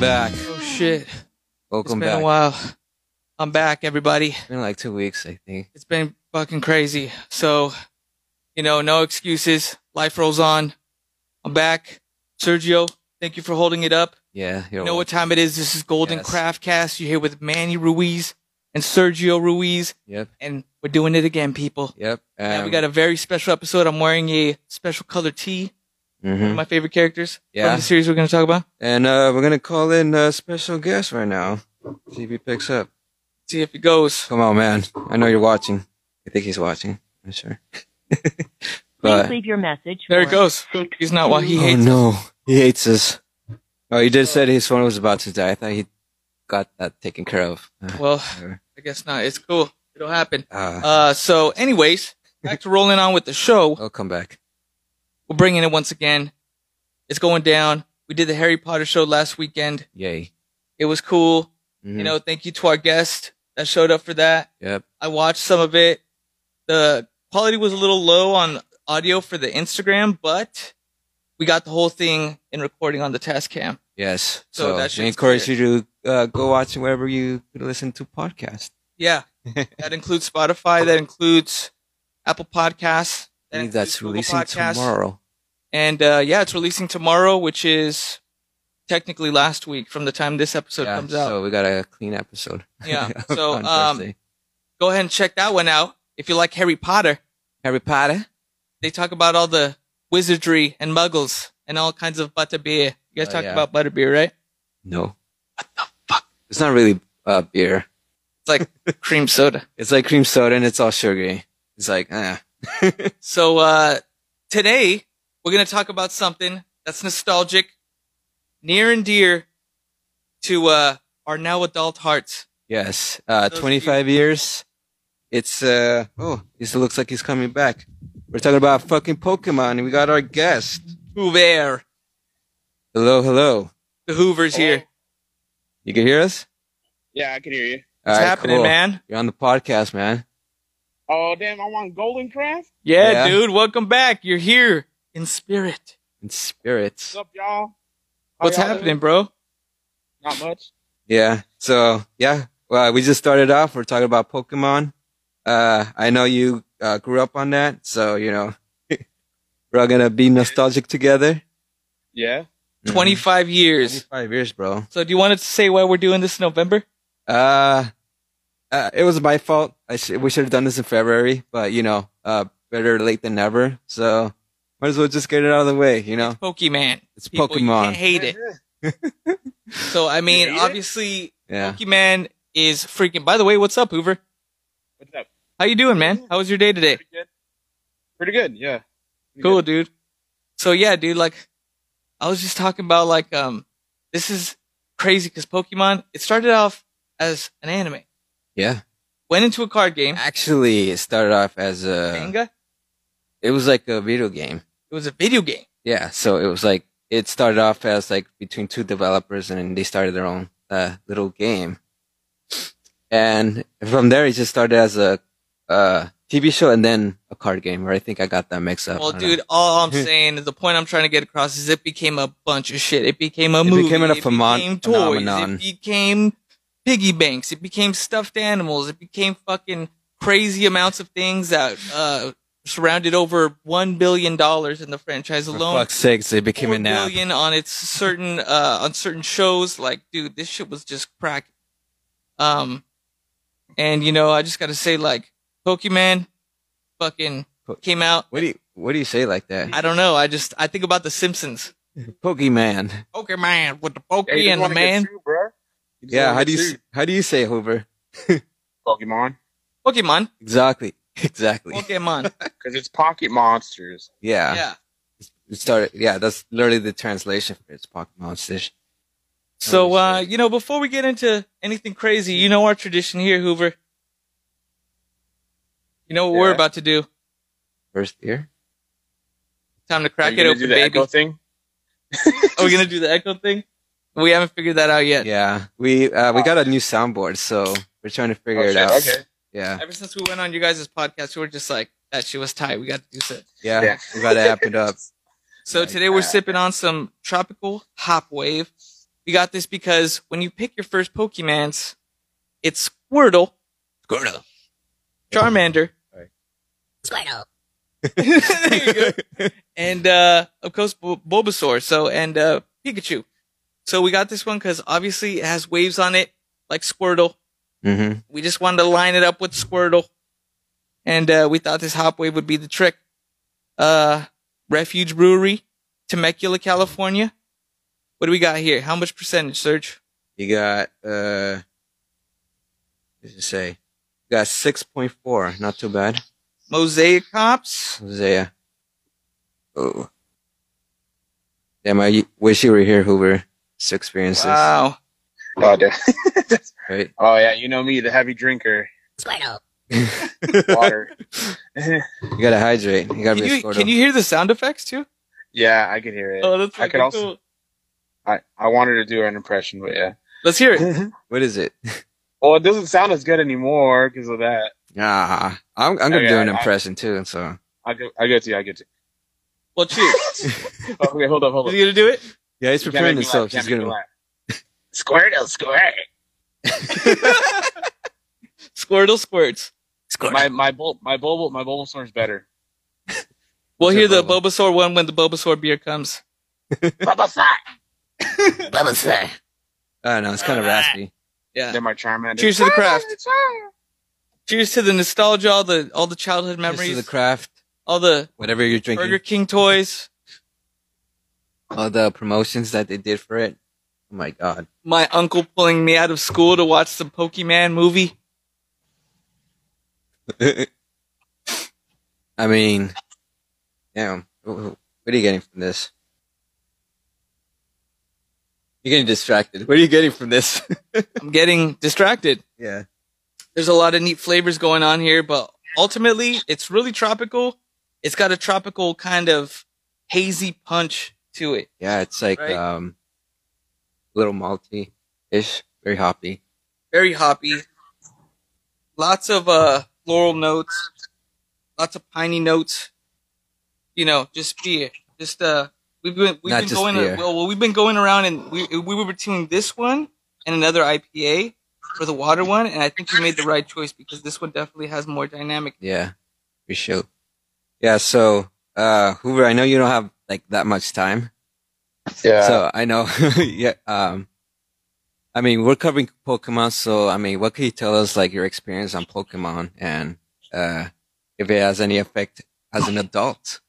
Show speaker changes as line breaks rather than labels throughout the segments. back.
Oh shit!
Welcome
it's been
back.
a while. I'm back, everybody.
It's been like two weeks, I think.
It's been fucking crazy. So, you know, no excuses. Life rolls on. I'm back. Sergio, thank you for holding it up.
Yeah.
You know what time it is? This is Golden
Yes.
Craft Cast. You're here with Manny Ruiz and Sergio Ruiz,
Yep.
and we're doing it again, people.
Yep. Um,
Yeah, we got a very special episode. I'm wearing a special color tee. One of
mhm.
my favorite characters
Yeah.
from the series we're going to talk about.
And uh, we're gonna call in a special guest right now. See if he picks up.
See if it goes.
Come on, man. I know you're watching. I think he's watching. I'm sure.
Please
but
leave your message.
There it
for
goes.
six
He's not. Well, he
two-
oh
hates.
no, he hates us. Oh, you did said his phone was about to die. I thought he got that taken care of. Uh,
Well,
whatever.
I guess not. It's cool. It'll happen.
Uh,
Uh, so, anyways, back to rolling on with the show.
I'll come back.
We're bringing it once again. It's going down. We did the Harry Potter show last weekend.
Yay.
It was cool.
Mhm.
You know, thank you to our guest that showed up for that.
Yep.
I watched some of it. The quality was a little low on audio for the Instagram, but we got the whole thing in recording on the test cam.
Yes.
So
So,
that shit's
we encourage
clear.
you to uh, go watch wherever you could listen to podcasts.
Yeah. that includes Spotify. That includes Apple Podcasts.
I
That
think
includes
that's
Google
releasing
Podcasts.
tomorrow.
And uh, yeah, it's releasing tomorrow, which is technically last week from the time this episode
yeah,
comes out.
So we got a clean episode.
yeah.
on
So um,
Thursday.
go ahead and check that one out. If you like Harry Potter,
Harry Potter.
they talk about all the wizardry and muggles and all kinds of butterbeer. You guys
Oh,
talk
yeah.
about butterbeer, right?
No. What the fuck? It's not really uh, beer.
It's like cream soda.
It's like cream soda and it's all sugary. It's like ah.
So uh, today we're gonna talk about something that's nostalgic, near and dear to uh, our now adult hearts.
Yes. Uh,
Those
25 years. It's uh oh, this looks like he's coming back. We're talking about fucking Pokemon and we got our guest.
Hoover,
Hello, hello.
the Hoover's here. What's
You can hear us?
Yeah, I can hear you.
All right,
happening,
cool.
man?
You're on the podcast, man.
Oh, damn, I want Golden Craft.
Yeah,
Yeah.
dude, welcome back. You're here in spirit.
and spirits.
What's up, y'all?
Oh,
How
What's
y'all
happening,
doing?
bro?
Mm-hmm.
Not much.
Yeah. So yeah, well, we just started off. We're talking about Pokemon. Uh, I know you uh, grew up on that, so you know we're all gonna be nostalgic together.
Yeah.
Mhm.
25 years.
25 years, bro.
So, do you want to say why we're doing this in November?
Uh, uh, it was my fault. I sh- we should have done this in February, but you know, uh, better late than never. So might as well just get it out of the way. You know,
Pokemon.
it's
People, You can't
Pokemon.
hate it. So, I mean,
hate it?
obviously,
Yeah.
Pokemon is freaking. By the way, what's up, Hoover?
What's up?
How you doing, man? How was your day today?
Pretty good. Pretty good. Yeah. Pretty
Cool,
good.
dude. So, yeah, dude, like, I was just talking about, like, um, this is crazy because Pokemon, it started off as an anime,
Yeah.
went into a card game,
Actually, it started off as a.
manga,
It was like a video game.
it was a video game.
Yeah, so it was like it started off as like between two developers, and then they started their own uh, little game. And from there, it just started as a uh, TV show and then a card game. Or I think I got that mixed up.
Well,
I don't know.
dude, all I'm saying is the point I'm trying to get across is it became a bunch of shit. It became a
It
movie.
became a phemo-
became
phenomenon.
It became piggy banks. It became stuffed animals. It became fucking crazy amounts of things that uh, surrounded over one billion dollars in the franchise
for
alone.
fuck's sakes, it became
Four
an app.
billion on its certain uh, on certain shows. Like, dude, this shit was just crack. Um, and you know, I just gotta say, like, Pokemon, fucking
Po-
came out.
What do you What do you say like that?
I don't know. I just I think about the Simpsons.
Pokemon.
Pokemon with the
Hey,
Pokey
you just
and the
wanna get
man.
two, bruh. You just
Yeah.
wanna
How
get
do you
two.
s- How do you say Hoover?
Oh.
Pokemon?
Pokemon.
Exactly. Exactly.
Pokemon.
Because it's Pocket Monsters.
Yeah.
yeah.
It started. Yeah. That's literally the translation for it's Pokemon. It's-
So
Holy
uh,
shit.
you know, before we get into anything crazy, you know our tradition here, Hoover. You know what we're
Yeah.
about to do.
first year.
Time to crack
Are you
it
gonna
open,
do the
baby.
Echo thing?
Are we gonna do the echo thing? We haven't figured that out yet.
Yeah, we uh, we got a new soundboard, so we're trying to figure
Oh,
it
shit,
out.
Okay.
Yeah,
Ever since we went on your guys' podcast, we were just like, that shit was tight. We got to do so.
yeah,
Yeah.
we gotta app it up.
So
Like
today we're
that.
sipping on some tropical hop wave We got this because when you pick your first Pokemons, it's Squirtle,
Squirtle.
Charmander,
Squirtle.
there you go. and uh, of course Bu- Bulbasaur. So and uh, Pikachu. So we got this one because obviously it has waves on it, like Squirtle.
Mm-hmm.
We just wanted to line it up with Squirtle, and uh, we thought this hop wave would be the trick. Uh, Refuge Brewery, Temecula, California. What do we got here? How much percentage, Serge?
You got uh, what does it say? You got six point four. Not too bad.
Mosaic hops.
Hosea. Oh. Damn! I wish you were here, Hoover. It's experiences,
Wow.
Oh, damn.
right?
oh yeah, you know me, the heavy drinker.
Squirtle.
Water.
You gotta hydrate. You gotta
Can
be a
you,
Squirtle.
can you hear the sound effects too?
yeah, I could hear it.
Oh, that's
I could
fucking
also-
cool.
I, I wanted to do an impression, but yeah.
Let's hear it.
What is it?
well, it doesn't sound as good anymore because of that.
Ah, I'm, I'm gonna
Okay,
do an
I- I-
impression too. So
I get, I get to you. I get to.
Well, cheers.
You. Okay, hold up, hold
Oh. Is
up.
he gonna do it?
yeah, he's
You can't
preparing
make me
himself.
laugh, you
He's
can't make me
gonna.
laugh. Squirtle, squirt.
Squirtle squirts.
My my bul my bulb my Bulbasaur's better.
We'll
Is
hear
it
the
Boba?
Bulbasaur one when the Bulbasaur beer comes.
Bulbasaur.
Bubble sir.
I don't know. It's kind of raspy.
Yeah.
Then my Charmander.
Cheers to the craft.
Charmander.
Cheers to the nostalgia, all the all the childhood
Memories.
memories,
the craft.
all the
Whatever you're drinking.
Burger King toys.
All the promotions that they did for it. Oh my god.
My uncle pulling me out of school to watch the Pokemon movie.
I mean, damn. Wh- wh- What are you getting from this? You're getting distracted. What are you getting from this?
I'm getting distracted.
yeah.
There's a lot of neat flavors going on here, but ultimately, it's really tropical. It's got a tropical kind of hazy punch to it.
Yeah, it's like
Right.
um, a little malty ish, very hoppy.
very hoppy. Lots of uh floral notes, lots of piney notes. You know, just beer. Just uh, we've been we've
Not
been
just
going
beer.
well, well, we've been going around and we we were between this one and another IPA for the water one, and I think we made the right choice because this one definitely has more dynamic.
Yeah, we should. Yeah, so uh, Hoover, I know you don't have like that much time,
Yeah.
so I know. yeah, um, I mean we're covering Pokemon, so I mean, what can you tell us like your experience on Pokemon and uh, if it has any effect as an adult?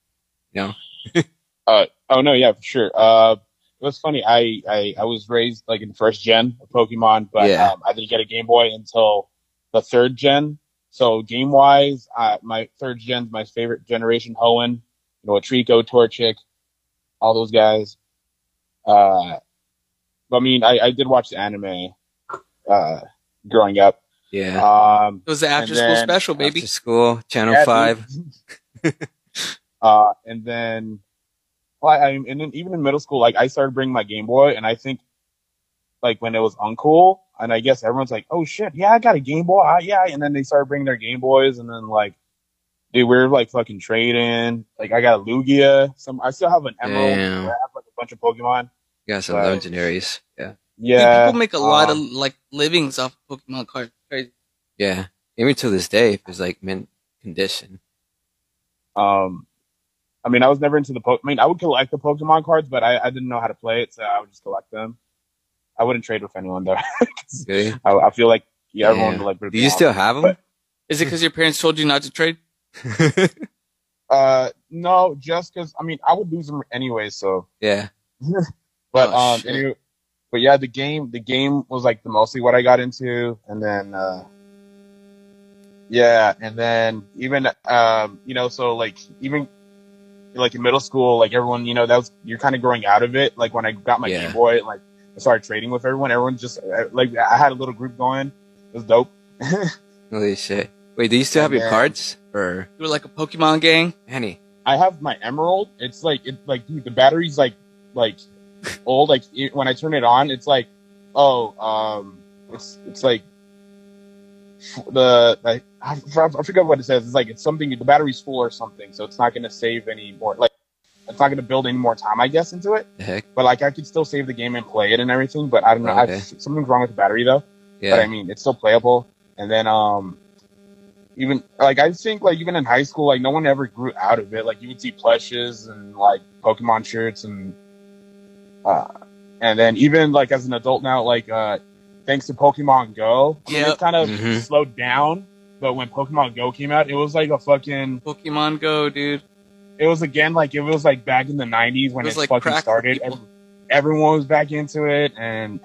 Uh, oh no, yeah, for sure. Uh, it was funny. I, I, I was raised like in first gen of Pokemon, but
Yeah.
um, I didn't get a Game Boy until the third gen. So game wise, uh, my third gen's my favorite generation. Hoenn, you know, Trico, Torchic, all those guys. Uh, but I mean, I, I did watch the anime uh, growing up.
Yeah,
Um,
It was the
And
after school
then
special, baby.
after school, Channel
Yeah,
Five.
dude. uh, and then, well, I, I and then even in middle school, like I started bringing my Game Boy, and I think, like when it was uncool, and I guess everyone's like, "Oh shit, yeah, I got a Game Boy, ah, yeah," and then they started bringing their Game Boys, and then like, they were like fucking trading. Like I got a Lugia. Some I still have an Emerald.
Damn.
where I have like a bunch of Pokemon.
You guys are
Wow.
legendaries. Yeah,
Dude,
Yeah,
people make a lot of
um,
like livings off of Pokemon cards. Crazy.
yeah. Even to this day, if it's like mint condition.
Um, I mean, I was never into the po- I mean, I would collect the Pokemon cards, but I, I didn't know how to play it, so I would just collect them. I wouldn't trade with anyone though. 'Cause
Really?
I, I feel like yeah, everyone
Yeah.
would like. rip
Do
me
you
off.
still have them?
But-
Is it because your parents told you not to trade?
Uh, no, just because I mean, I would lose them anyway. So,
yeah.
but
Oh,
um,
shit.
anyway, but yeah, the game, the game was like the mostly what I got into, and then uh, yeah, and then even um, you know, so like even like in middle school, like everyone, you know, that was you're kind of growing out of it. Like when I got my
Yeah.
Game Boy, like I started trading with everyone. Everyone just uh, like I had a little group going. It was dope.
Holy shit. Wait, do you still have your
Yeah.
cards? Or
You were like a Pokemon gang.
Annie?
I have my Emerald. It's like it's like dude, the battery's like like old. Like it, when I turn it on, it's like oh um, it's it's like f- the like I, f- I forgot what it says. It's like it's something the battery's full or something, so it's not gonna save any more. Like it's not going to build any more time, I guess, into it.
The heck?
But like, I could still save the game and play it and everything. But I don't know. I-
Okay.
something's wrong with the battery though. But I
Yeah.
mean, it's still playable. And then, um, even like I think like even in high school, like no one ever grew out of it. Like you would see plushes and like Pokemon shirts and, uh, and then even like as an adult now, like uh, thanks to Pokemon Go, I mean,
Yep.
it kind of
Mhm.
slowed down. But when Pokemon Go came out, it was like a fucking.
Pokemon Go, dude.
It was again like it was like back in the '90s when
It
it,
was like
fucking
crack for
started.
people.
Ev- Everyone was back into it, and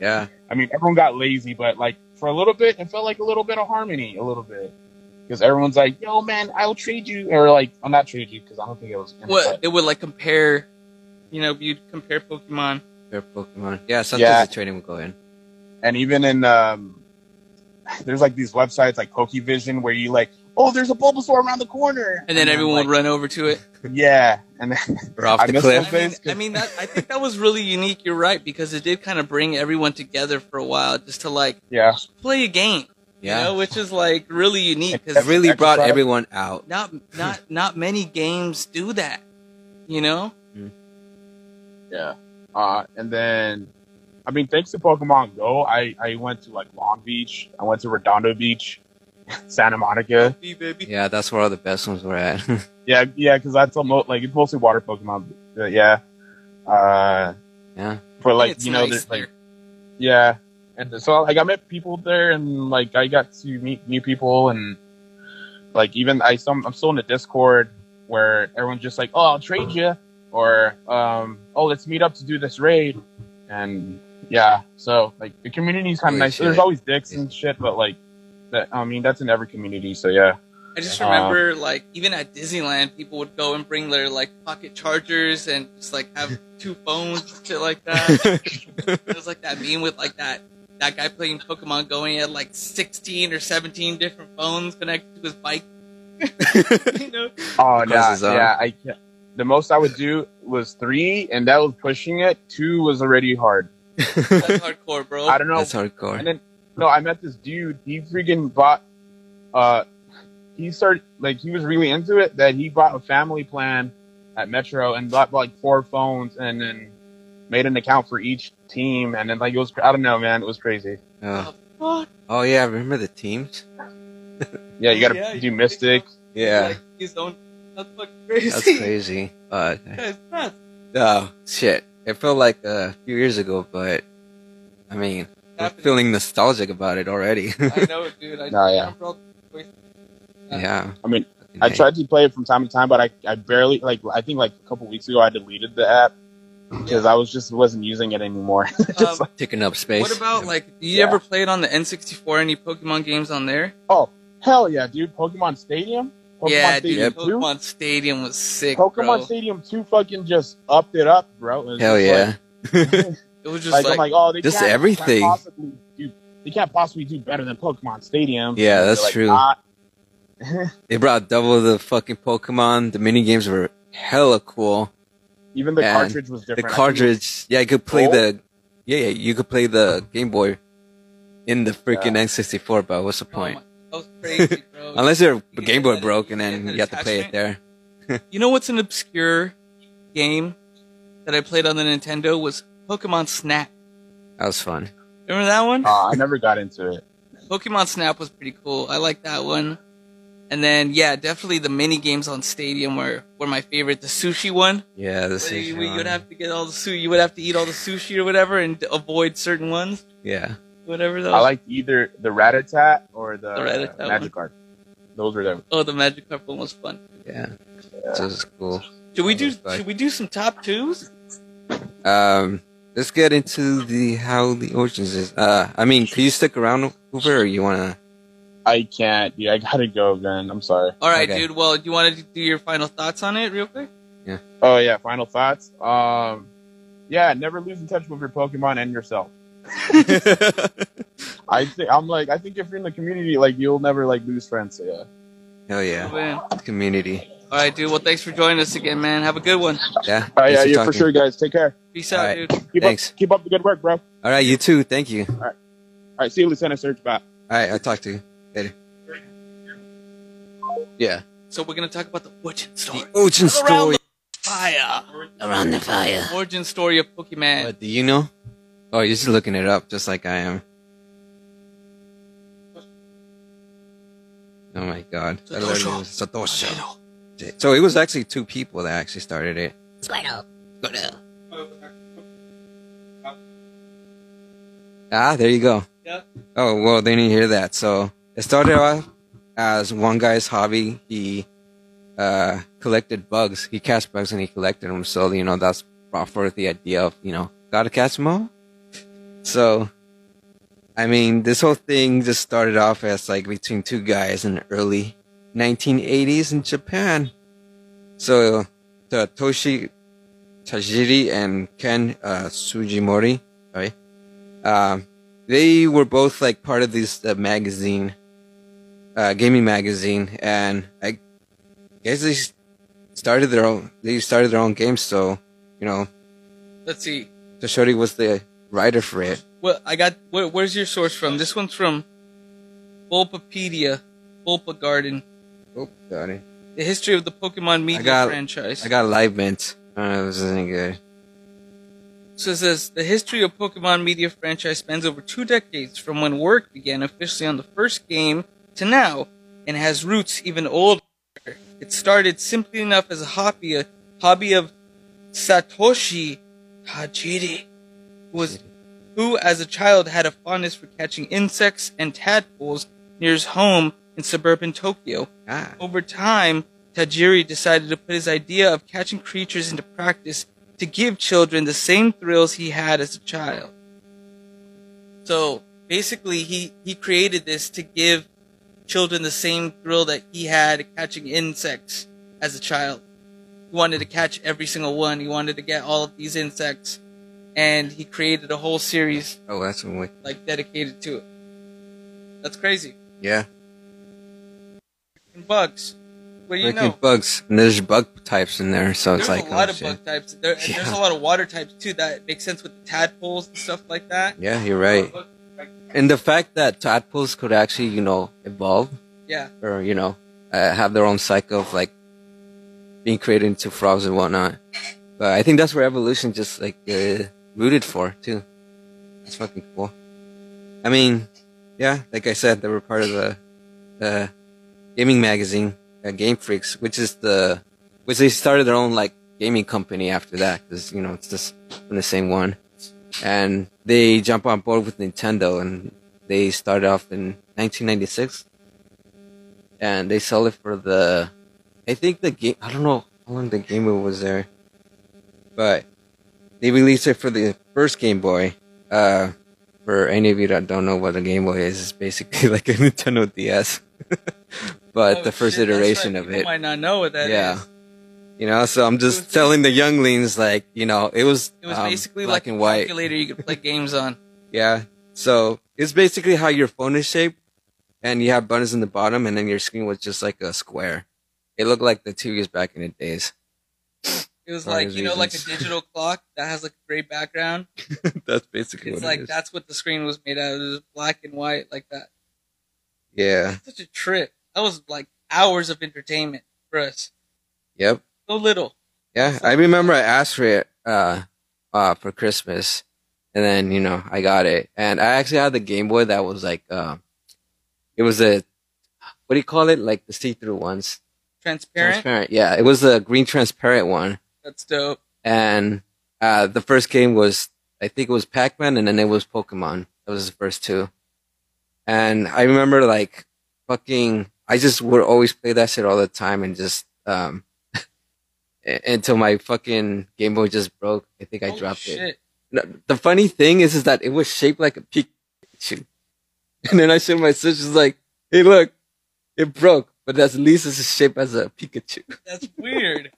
Yeah.
I mean, everyone got lazy, but like for a little bit, it felt like a little bit of harmony, a little bit, because everyone's like, "Yo, man, I'll trade you," or like, "I'm not trade you," because I don't think it was. in it,
What
but-
it would like compare, you know, you'd compare Pokemon.
Fair Pokemon. Yeah. Sometimes
Yeah.
the trading will go in.
And even in um, there's like these websites like Pokevision where you like, "Oh, there's a Bulbasaur around the corner,"
And then everyone would run over to it.
would. Yeah, and then
Or off
I
the
miss
cliff.
I mean, I mean that I think that was really unique. You're right because it did kind of bring everyone together for a while, just to like
yeah,
play a game,
Yeah.
you know, which is like really unique
it
because
really brought
Exercise.
everyone out.
not not not many games do that, you know.
yeah. Uh, and then, I mean, thanks to Pokemon Go, I I went to like Long Beach, I went to Redondo Beach, Santa Monica.
Hey, baby.
Yeah, that's where all the best ones were at.
Yeah, yeah, because that's almost like it's mostly water Pokemon. but yeah, uh,
Yeah.
But like
It's
you know,
nice
there's like
there.
yeah, and so like I met people there, and like I got to meet new people, and like even I some I'm still in the Discord where everyone's just like, oh, I'll trade you, or um, oh, let's meet up to do this raid, and yeah, so like the community's kind
Holy
of nice.
shit.
There's always dicks and shit, but like that I mean that's in every community, so yeah.
I just
Uh,
remember, like, even at Disneyland, people would go and bring their like pocket chargers and just like have two phones, and shit like that. it was like that meme with like that that guy playing Pokemon Go and he had like sixteen or seventeen different phones connected to his bike. you know,
Oh yeah,
Crosses out.
yeah. I can't. The most I would do was three, and that was pushing it. Two was already hard.
that's hardcore, bro.
I don't know.
That's
And
hardcore.
then no, I met this dude. He freaking bought. Uh, he started like he was really into it. That he bought a family plan at Metro and bought like four phones, and then made an account for each team. And then like it was I don't know, man. It was crazy.
Oh.
Fuck.
oh yeah, remember the teams?
Yeah, you gotta
Yeah,
do Mystic.
Yeah.
Like, his own. That's fucking crazy.
That's crazy. Fuck.
That's nuts.
Oh shit! It felt like a few years ago, but I mean, I'm
Happening.
feeling nostalgic about it already.
I know, dude. I
No, yeah.
remember all the choices.
yeah.
I mean, I tried to play it from time to time, but I, I barely like I think like a couple weeks ago I deleted the app because I was just wasn't using it anymore.
Um,
Just like-
taking up space.
What about like? Do you
Yeah.
ever play it on the N64? Any Pokemon games on there?
oh hell yeah, dude! Pokemon Stadium, Pokemon
yeah, dude.
Stadium Two,
Pokemon Stadium was sick,
Pokemon
bro.
Stadium Two fucking just upped it up, bro. It was
Hell
just
yeah!
it was
Like,
just
like,
like,
I'm like, oh, they
just
can't, they
everything.
Can't possibly do, they can't possibly do better than Pokemon Stadium.
Yeah,
They're
that's
like,
true.
"Nah."
They brought double the fucking Pokemon. The mini games were hella cool.
Even the
And
cartridge was
The
different. I think
cartridge, yeah, you could play
Oh.
the, yeah, yeah, you could play the Game Boy in the freaking N64. But what's the
oh my-
point?
that was crazy, bro.
Unless your
You
Game
get
Boy
that-
broke
you
and
get
then
that
you have to play it
attachment.
there.
you know what's an obscure game that I played on the Nintendo was Pokemon Snap.
That was fun.
Remember that one?
it- uh, I never got into it.
Pokemon Snap was pretty cool. I like that one. And then yeah, definitely the mini games on Stadium were, were my favorite. The sushi one.
Yeah, the
where you,
Sushi
you would
one.
have to get all the sushi. You would have to eat all the sushi or whatever, and avoid certain ones.
yeah.
Whatever those.
I liked either the Ratatat or the,
The Ratatat one.
Magikarp. Those were the
Oh, the Magikarp one was fun.
Yeah. So it's cool.
Should we
That
do?
was fun.
Should we do some top twos?
Um, let's get into the how the origins is. Uh, I mean, can you stick around, Hoover, or you wanna?
I can't, dude. I gotta go, man. I'm sorry.
All right,
Okay.
dude. Well, do you want to do your final thoughts on it real quick?
Oh yeah, final thoughts. Um, yeah, never lose in touch with your Pokemon and yourself. I think I'm like I think if you're in the community, like you'll never like lose friends. So yeah.
Hell yeah,
Oh, man. All
community.
right, dude. Well, thanks for joining us again, man. Have a good one.
Yeah.
Oh
thanks
yeah, yeah, for
talking.
sure, guys. Take care.
Peace
All
out,
right.
dude.
Keep
Thanks.
up, keep up the good work, bro. All
All right, you too. Thank you. All
right, see you, Lieutenant Search. Bye.
right, I'll talk to you later. Yeah.
So we're gonna talk about the origin story.
The origin
Around
story.
the- Five. fire.
Around the fire.
Origin story of Pokemon.
What, do you know? Oh, you're just looking it up, just like I am. Oh my god. I learned it was Satoshi. So it was actually two people that actually started it.
Squirtle. Squirtle.
Ah, there you go.
Yeah.
Oh, well, they didn't hear that. So it started off as one guy's hobby. He uh, collected bugs. He cast bugs and he collected them. So, you know, that's brought forth the idea of, you know, gotta catch them all. So, I mean, this whole thing just started off as like between two guys in the early 1980s in Japan. So, the Toshi Tajiri and Ken uh, Sugimori, sorry, um, they were both like part of this uh, magazine, uh, gaming magazine, and I guess they s- started their own. They started their own game, so you know,
Let's see.
Toshori was the writer for it.
Well, I got. Where, where's your source from? This one's from Bulbapedia, Bulba Garden,
Oh, got it.
the history of the Pokemon media
got-
franchise.
I got live mint. I don't know if this is any good.
So it says the history of Pokemon media franchise spans over two decades from when work began officially on the first game to now, and has roots even older. It started simply enough as a hobby, a hobby of Satoshi Tajiri, who was who as a child had a fondness for catching insects and tadpoles near his home in suburban Tokyo.
Ah,
Over time, Tajiri decided to put his idea of catching creatures into practice to give children the same thrills he had as a child. So basically, he, he created this to give children the same thrill that he had catching insects as a child. He wanted to catch every single one, he wanted to get all of these insects, and he created a whole series
oh, that's one way.
like dedicated to it. That's crazy.
Yeah,
And bugs. What do you
Freaking
know?
bugs. And there's bug types in there, so it's
There's
like
a lot
oh,
of
shit.
bug types. There, and There's
Yeah.
a lot of water types too that make sense with the tadpoles and stuff like that.
Yeah, you're right. And the fact that tadpoles could actually, you know, evolve
Yeah,
or you know, uh, have their own cycle of like being created into frogs and whatnot. But I think that's where evolution just like uh, rooted for too. That's fucking cool. I mean, yeah, like I said, they were part of the uh, gaming magazine, uh, Game Freaks, which is the which they started their own like gaming company after that because you know it's just from the same one, and they jump on board with Nintendo and they started off in 1996 and they sell it for the I think the game I don't know how long the Game Boy was there. But they released it for the first Game Boy. Uh for any of you that don't know what a Game Boy is, it's basically like a Nintendo DS. but
Oh,
the first
shit, that's
iteration
right.
of
People
it.
Might not know what that is.
yeah. You know, so I'm
It
just
was-
telling the younglings like, you know, it was
It was
um,
basically
black
like
and
a
white.
calculator you could play games on.
Yeah. So it's basically how your phone is shaped, and you have buttons in the bottom, and then your screen was just like a square. It looked like the TVs back in the days.
It was
For
like
his
you know, like a
reasons.
digital clock that has like a gray background.
that's basically
It's
what
like
it is.
that's what the screen was made out of. It was black and white like that.
Yeah.
Such a trip. That was like hours of entertainment for us.
Yep.
So little.
Yeah. I remember I asked for it uh, uh, for Christmas, and then you know I got it, and I actually had the Game Boy that was like, uh, it was a what do you call it? Like the see-through ones.
Transparent.
Yeah. It was a green transparent one.
That's dope.
and uh, the first game was I think it was Pac Man, and then it was Pokemon. That was the first two, and I remember like fucking. I just would always play that shit all the time, and just um, until my fucking Game Boy just broke. I think I
Holy
dropped
shit.
it. No, the funny thing is, is that it was shaped like a Pikachu. And then I showed my sister, she's like, hey, look, it broke, but that's at least it's shaped as a Pikachu.
That's weird.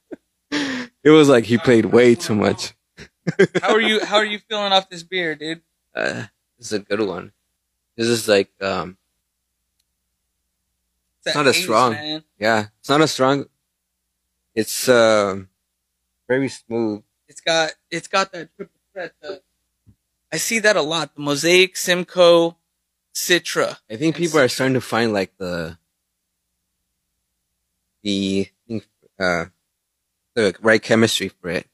It was like he played way too much.
how are you? How are you feeling off this beer, dude?
Uh, this is a good one. This is like, um,
It's
Not as
80s,
strong.
Man.
yeah, it's not a strong. It's um, very smooth.
It's got it's got that triple threat. The, I see that a lot. The Mosaic, Simcoe, Citra.
I think people are starting to find like the the uh the right chemistry for it.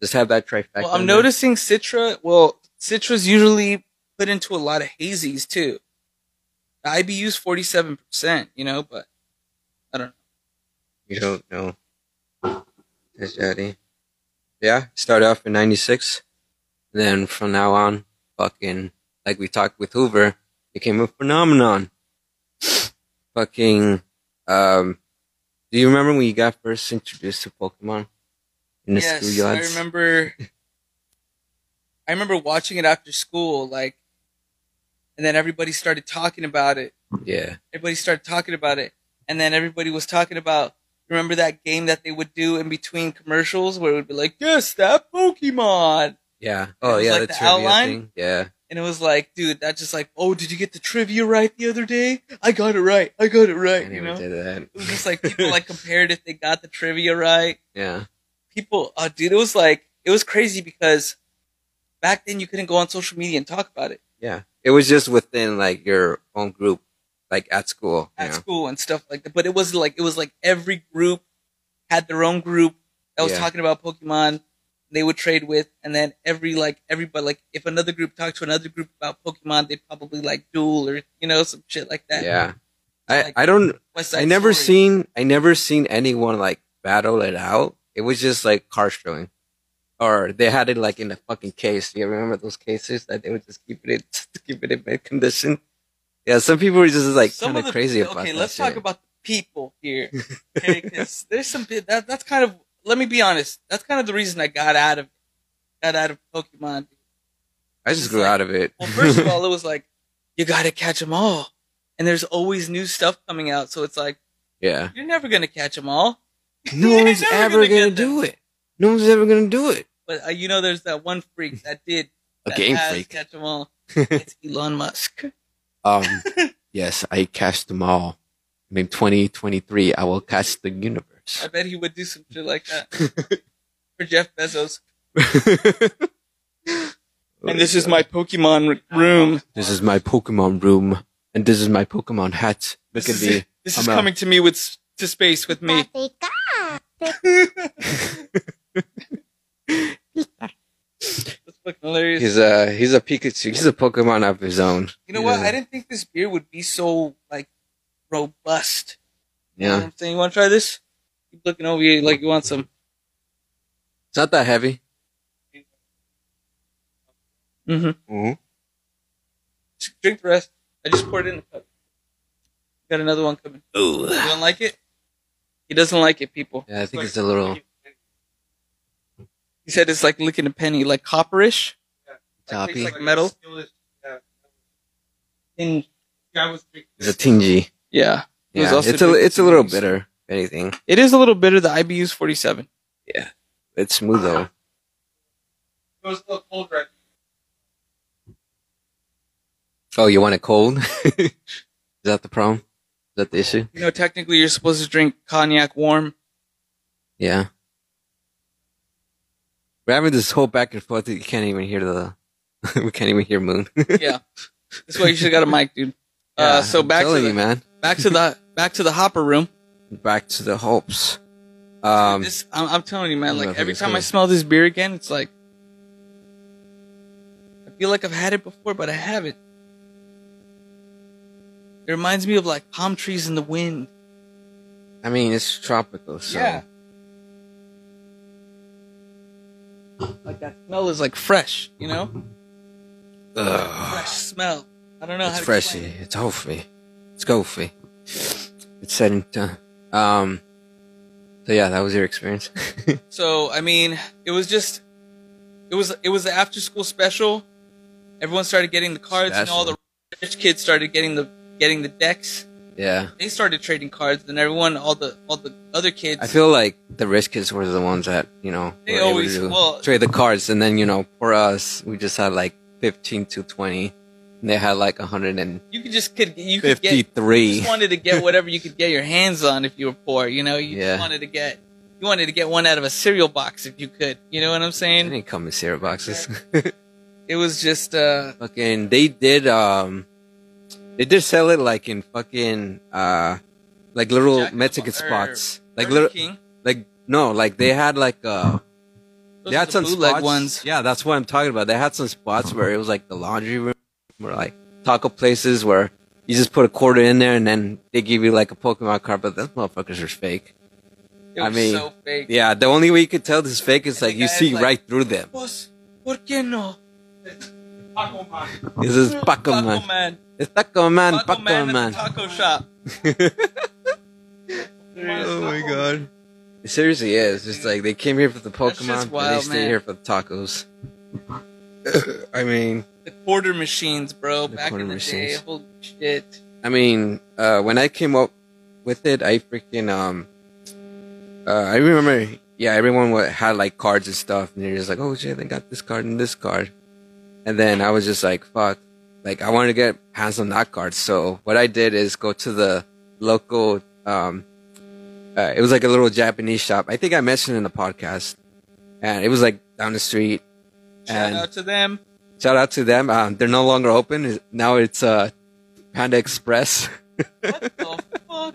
Just have that trifecta.
Well, I'm
in there.
noticing Citra. Well, Citra's usually put into a lot of hazies too. The IBU's 47, percent you know, but
You don't know. That's daddy. Yeah, start off in 96. Then from now on, fucking, like we talked with Hoover, became a phenomenon. fucking, um, do you remember when you got first introduced to Pokemon? In the
yes, I
schoolyards?
remember. I remember watching it after school, like, and then everybody started talking about it.
Yeah.
everybody started talking about it and then everybody was talking about remember that game that they would do in between commercials where it would be like yes that pokemon
Yeah. Oh,
was
yeah,
like
the
the
trivia
outline.
thing. Yeah.
and it was like dude that just like oh did you get the trivia right the other day i got it right i got it
I
right
never
you know it
did that.
was just like people like compared if they got the trivia right
yeah.
people oh dude it was like it was crazy because back then you couldn't go on social media and talk about it
Yeah. It was just within, like, your own group, like, at school. you
at
know?
school and stuff like that. But it was like it was like every group had their own group that was
Yeah.
talking about Pokemon. They would trade with, and then every like everybody like if another group talked to another group about Pokemon, they probably like duel or you know some shit like that.
Yeah. I,
Like,
I don't
West
I
Side
never
Story.
seen I never seen anyone like battle it out. It was just like car showing. Or they had it like in a fucking case. You remember those cases that they would just keep it in, keep it in bad condition? Yeah, some people were just like
Some
kind of
the-
crazy about
Okay,
that
let's
shit.
talk about the people here. Okay, 'cause there's some bit that that's kind of. Let me be honest. That's kind of the reason I got out of got out of Pokemon.
I just
just
grew
like-
out of it.
Well, first of all, it was like you gotta catch them all, and there's always new stuff coming out. So it's like
yeah,
you're never gonna catch them all.
no
You're
one's
never
ever
gonna
gonna,
get
do
them.
it. No one's ever gonna do it.
But uh, you know, there's that one freak that did
A
that
game
has
freak.
catch them all. It's Elon Musk.
Um, yes, I catch them all. And in 2023, I will catch the
I
universe.
bet he would do some shit like that for Jeff Bezos. And this
Oh,
is my Pokemon room.
This is my Pokemon room, and this is my Pokemon hat. Look at
this
me.
Is, this is
I'm out.
coming to me with s- to space with me. That's fucking hilarious.
He's a he's a Pikachu. He's a Pokemon of his own.
you know what?
Yeah.
I didn't think this beer would be so like robust. You know what
Yeah,
I'm saying? You want to try this? Keep looking over here like you want some.
it's not that heavy.
Mm-hmm.
Mm-hmm.
Just drink the rest. I just poured it in the cup. Got another one coming.
Ooh.
You don't like it? He doesn't like it, people.
Yeah, I think it's a little
He said it's like licking a penny, like copperish,
toppy.
like metal. And
It's a tingy.
yeah, It was
Yeah,
also
it's a
drinking
it's a
some
little
juice.
bitter. If anything,
it is a little bitter. The IBU's 47.
it's smooth though.
It was a little cold right
Oh, you want it cold? is that the problem? Is that the issue?
You know, technically, you're supposed to drink cognac warm.
Yeah. We're having this whole back and forth. that You can't even hear the. we can't even hear Moon.
Yeah, that's why you should have got a mic, dude. uh, so
I'm
back to
telling
the,
you, man.
back to the back to the hopper room.
Back to the hopes. Um,
this, I'm, I'm telling you, man.
I don't know
Like
if I
every
can
time I
say.
smell this beer again, it's like I feel like I've had it before, but I haven't. It reminds me of like palm trees in the wind.
I mean, it's tropical, so
Yeah. Like that smell is like fresh, you know,
Ugh.
fresh smell. I don't know
it's
how to
freshy.
explain it.
It's hopefully. It's golfy. It's setting time. Um. So yeah, that was your experience.
So I mean, it was just, it was it was the after school special. Everyone started getting the cards, and all the
Special.
rich kids started getting the getting the decks.
yeah,
they started trading cards, then everyone, all the all the other kids.
I feel like the rich kids were the ones that you know
They
were able
always-
to
well-
trade the cards, and then you know for us, we just had like fifteen to twenty, and they had like hundred and
you could just could you could get. You
fifty-three.
just wanted to get whatever you could get your hands on if you were poor. You know, you
Yeah.
just wanted to get you wanted to get one out of a cereal box if you could. You know what I'm
They
saying?
didn't come in cereal boxes.
It was just uh
fucking they did um they did sell it like in fucking uh like little
Jack in the
Mexican
Box- Er, or
spots. Like
Burger
little
King.
like No, like they had like uh,
Those
they
are
had
the
some
bootleg
spots,
ones.
Yeah, that's what I'm talking about. They had some spots where it was like the laundry room or like taco places where you just put a quarter in there and then they give you like a Pokemon card, but those motherfuckers are fake.
It
I
was
mean,
so fake.
Yeah, the only way you could tell this is fake is
And the
like you
guy
see
is like-
right through them.
Pues, ¿por qué no? Paco
This is Pac-Man.
Man.
It's Pac-Man,
Paco Man at
Pac-Man.
the taco shop.
Oh my god. It seriously is. It's like they came here for the
That's just
Pokemon, but they
wild,
stay
man.
here for the tacos. I mean,
The quarter machines, bro.
The
Back
quarter
in the
machines.
day, holy shit.
I mean, uh, when I came up with it, I freaking um, uh, I remember, yeah, everyone wa had like cards and stuff, and they're just like, oh shit, they got this card and this card, and then I was just like, fuck, like I wanted to get hands on that card. So what I did is go to the local, um, uh, it was like a little Japanese shop. I think I mentioned in the podcast, and it was like down the street.
Shout
And-
out to them.
Shout out to them. Um, they're no longer open now. It's uh, Panda Express.
What the fuck?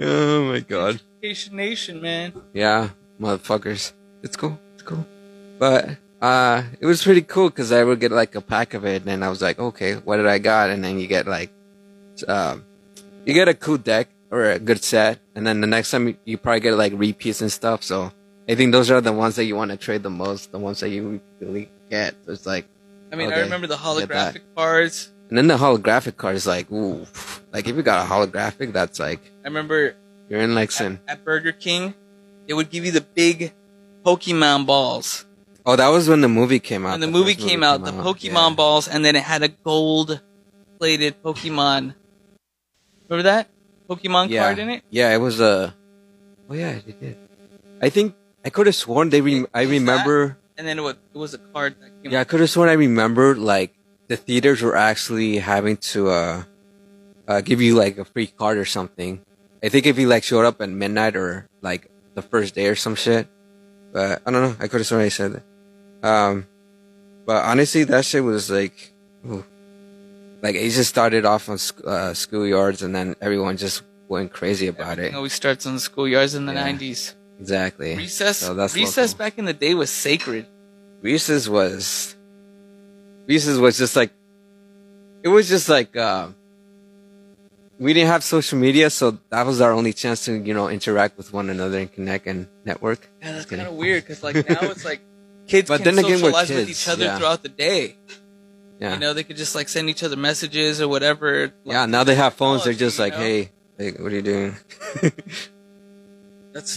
Oh my god.
Education Nation, man.
Yeah, motherfuckers. It's cool. It's cool. But uh, it was pretty cool because I would get like a pack of it, and I was like, okay, what did I got? And then you get like, um, you get a cool deck or a good set, and then the next time you, you probably get like repeats and stuff. So I think those are the ones that you want to trade the most, the ones that you really get. So it's like,
I mean, I
Okay,
remember the
get that.
holographic cards.
and then the holographic card is like, ooh, like if you got a holographic, that's like
I remember
you're in like
at,
sin.
at Burger King, they would give you the big Pokemon balls.
Oh, that was when the movie came out.
When the
first
movie came out, the
yeah.
Pokemon balls, and then it had a gold plated Pokemon. Remember that? Pokemon
Yeah.
card in it?
Yeah, it was a. Oh yeah, they did. I think I could have sworn they. Re- I
Is that-
remember.
And then it was, it was a card that came
Yeah, I could have sworn I remember like the theaters were actually having to uh, uh give you like a free card or something. I think if you like showed up at midnight or like the first day or some shit. But I don't know. I could have sworn I said that. Um, but honestly, that shit was like, ooh. like it just started off on sc- uh, schoolyards and then everyone just went crazy about
Everything
it.
always starts on the schoolyards in the
Yeah.
90s.
Exactly.
Recess,
So that's
recess
local.
back in the day was sacred.
Reese's was Reese's was just like it was just like uh, we didn't have social media, so that was our only chance to you know interact with one another and connect and network.
Yeah, that's
Just kidding.
kind of weird because like now it's like kids
But
can
then again, we're
socialize with
kids,
each other
yeah.
throughout the day.
Yeah,
You know, they could just like send each other messages or whatever. Like,
yeah. Now they have phones. They're
technology,
just
you
like,
know?
hey, like, what are you doing?
that's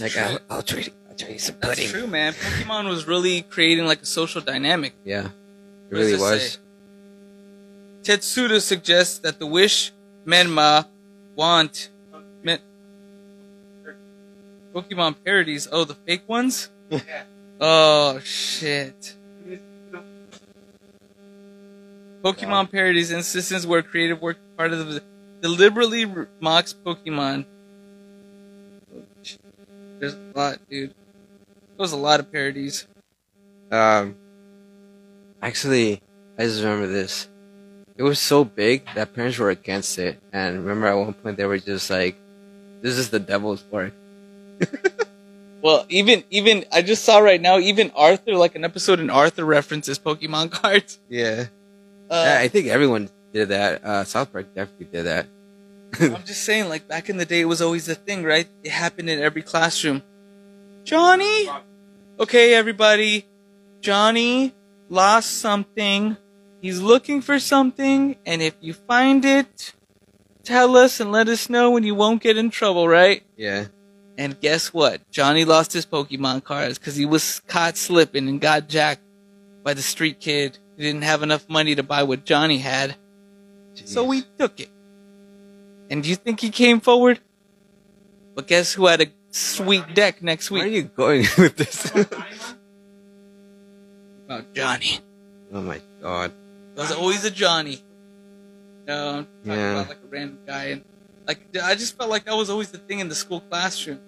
It's like uh,
true.
I'll, I'll trade. I'll trade you some
that's
pudding.
true, man. Pokemon was really creating like a social dynamic.
Yeah, it
What does
really
it
was.
say? Tetsuda suggests that the wish Menma want men, Pokemon parodies. Oh, the fake ones. Oh shit. Pokemon parodies instances where creative work part of the deliberately r- mocks Pokemon. There's a lot, dude. There was a lot of parodies.
Um, actually, I just remember this. It was so big that parents were against it, and remember at one point they were just like, "This is the devil's work."
Well, even even I just saw right now, even Arthur, like an episode in Arthur references Pokemon cards.
Yeah.
Uh,
I think everyone did that. Uh, South Park definitely did that.
I'm just saying, like back in the day, it was always the thing, right? It happened in every classroom. Johnny, okay, everybody, Johnny lost something. He's looking for something, and if you find it, tell us and let us know, and you won't get in trouble, right?
Yeah.
And guess what? Johnny lost his Pokemon cards because he was caught slipping and got jacked by the street kid who didn't have enough money to buy what Johnny had. So we took it. And do you think he came forward? But guess who had a sweet deck next
Where are
week?
you going with this?
Oh, Johnny.
oh my god.
It was always a Johnny. No, I'm talking
Yeah.
about like a random guy, and like I just felt like that was always the thing in the school classroom.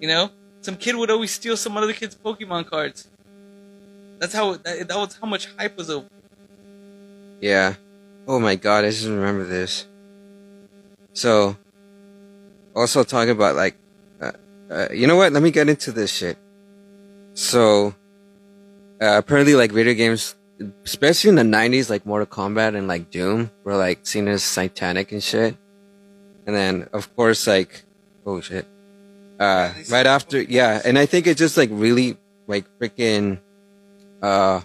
You know, some kid would always steal some other kid's Pokemon cards. That's how that, that was how much hype was over.
Yeah. Oh my god, I just remember this. So, also talking about like, uh, uh, you know what? Let me get into this shit. So, uh, apparently, like video games, especially in the '90s, like Mortal Kombat and like Doom, were like seen as satanic and shit. And then, of course, like oh shit, uh, right after, yeah. And I think it just like really like freaking uh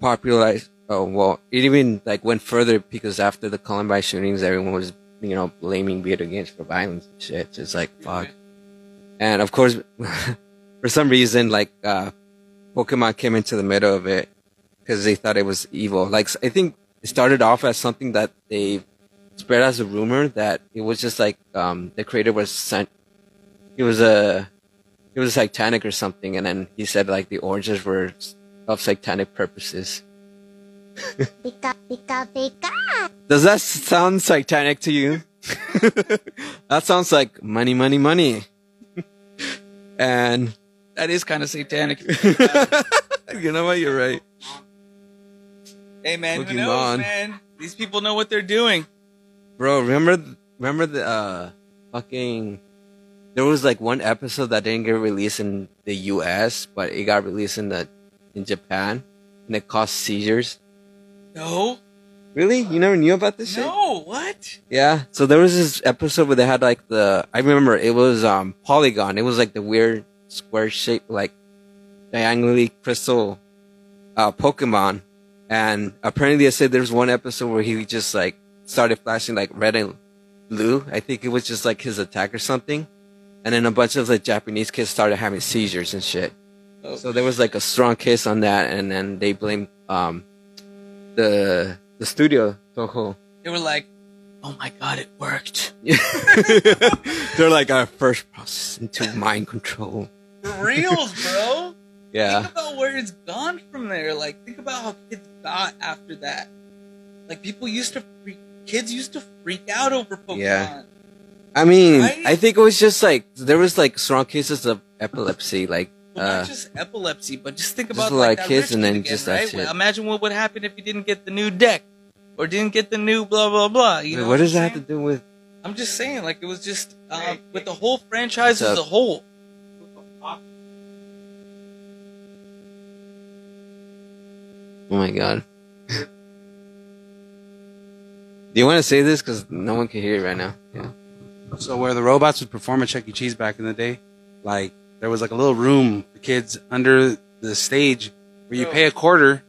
popularized. Oh well, it even like went further because after the Columbine shootings, everyone was you know blaming video games for violence and shit. So it's like fuck. And of course, for some reason, like uh, Pokemon came into the middle of it because they thought it was evil. Like I think it started off as something that they spread as a rumor that it was just like um, the creator was sent. It was a it was satanic or something, and then he said like the origins were of satanic purposes.
Pika pika pika.
Does that sound satanic to you? that sounds like money, money, money. and
That is kind of satanic.
you know what? You're right.
hey man, who
Pokemon.
knows, man? These people know what they're doing.
Bro, remember remember the uh fucking there was like one episode that didn't get released in the US, but it got released in the in Japan and it caused seizures.
No,
Really? You never knew about this shit?
no, what?
Yeah. So there was this episode where they had like the I remember it was um polygon. It was like the weird square shape like diagonally crystal uh Pokemon. And apparently they said there's one episode where he just like started flashing like red and blue. I think it was just like his attack or something. And then a bunch of the Japanese kids started having seizures and shit.
Oh.
So there was like a strong case on that and then they blamed um the the studio Toho
They were like, "Oh my god, it worked
They're like our first process into mind control.
for reals, bro."
Yeah.
Think about where it's gone from there. Like, think about how kids got after that. Like, people used to freak, kids used to freak out over Pokemon.
Yeah. I mean,
Right?
I think it was just like there was like strong cases of epilepsy, like
Well,
Uh,
not just epilepsy, but just think
just
about
a lot
like
of
that
kids
rich
and then
kid again,
just that
right?
shit.
Imagine what would happen if you didn't get the new deck or didn't get the new blah blah blah. You
wait,
know
what does
I'm
that have to
saying?
do with
I'm just saying, like it was just uh, with the whole franchise
What's
as a
up?
whole.
Oh my god. do you want to say this cuz no one can hear it right now? Yeah.
So where the robots would perform at Chuck E. Cheese back in the day, like there was like a little room for kids under the stage where you
Bro.
pay a quarter,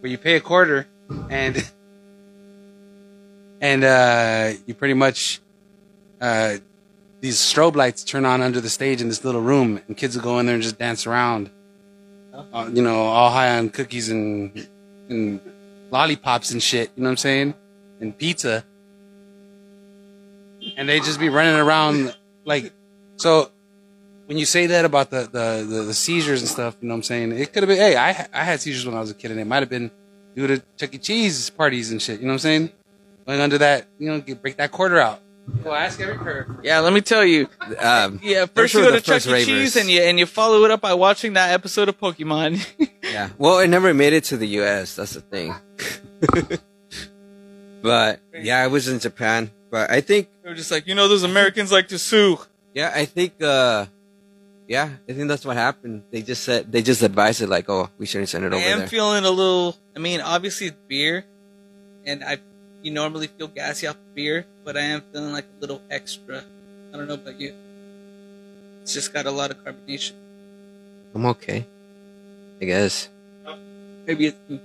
where you pay a quarter, and and uh, you pretty much uh, these strobe lights turn on under the stage in this little room, and kids would go in there and just dance around, uh, you know, all high on cookies and and lollipops and shit. You know what I'm saying? And pizza and they just be running around like so when you say that about the, the, the, the seizures and stuff you know what i'm saying it could have been hey I, ha- I had seizures when i was a kid and it might have been due to chuck e cheese parties and shit you know what i'm saying going under that you know get, break that quarter out well ask every per
Yeah, let me tell you.
Um,
Yeah, first
sure
you go
the
to Chuck
first
E. Cheese
ravers.
and you and you follow it up by watching that episode of Pokemon.
yeah. Well, it never made it to the US, that's the thing. but yeah, I was in Japan, but I think
They're just like, you know, those Americans like to sue.
Yeah, I think uh yeah, I think that's what happened. They just said they just advised it like, oh, we shouldn't send it
I
over
am
there.
feeling a little. I mean, obviously it's beer, and I you normally feel gassy off of beer, but I am feeling like a little extra. I don't know about you. It's just got a lot of carbonation.
I'm okay. I guess.
Maybe it's me.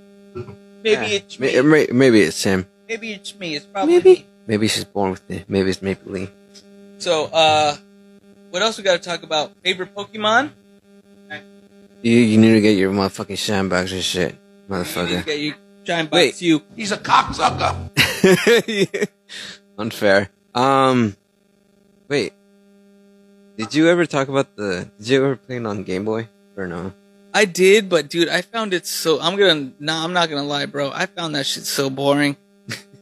Maybe
Yeah.
it's
May-
me.
may- maybe it's him.
Maybe it's me. It's probably
Maybe.
me.
Maybe she's born with it. Maybe it's Maple Leaf.
So, uh, what else we got to talk about? Favorite Pokemon?
You you need to get your motherfucking sandbox and shit,
You need to
motherfucker.
get you giant
Wait.
box you.
he's a cocksucker
Unfair. Um, wait. Did you ever talk about the? Did you ever play it on Game Boy or no?
I did, but dude, I found it so. I'm gonna. Nah, I'm not gonna lie, bro. I found that shit so boring.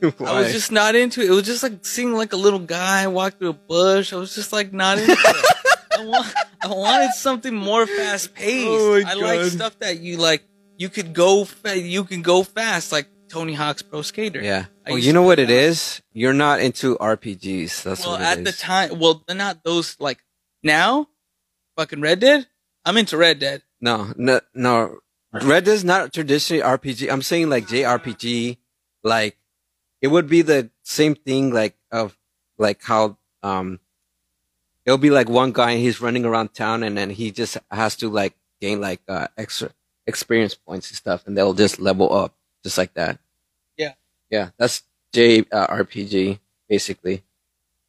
I was just not into it. It was just like seeing like a little guy walk through a bush. I was just like not into it. I, want, I wanted something more fast paced.
Oh my
I like
God.
stuff that you like. You could go. Fa- you can go fast, like Tony Hawk's Pro Skater.
Yeah.
I
Well,
used
you
to
know
play
what it
that.
is. You're not into RPGs. That's
well,
what it
at
is.
the time, well, they're not those like Now, fucking Red Dead. I'm into Red Dead.
No, no, no. Red is not traditionally RPG. I'm saying like JRPG. Like it would be the same thing. Like of like how um, it'll be like one guy and he's running around town and then he just has to like gain like uh, extra experience points and stuff, and they'll just level up just like that.
Yeah.
yeah. That's J uh, RPG basically.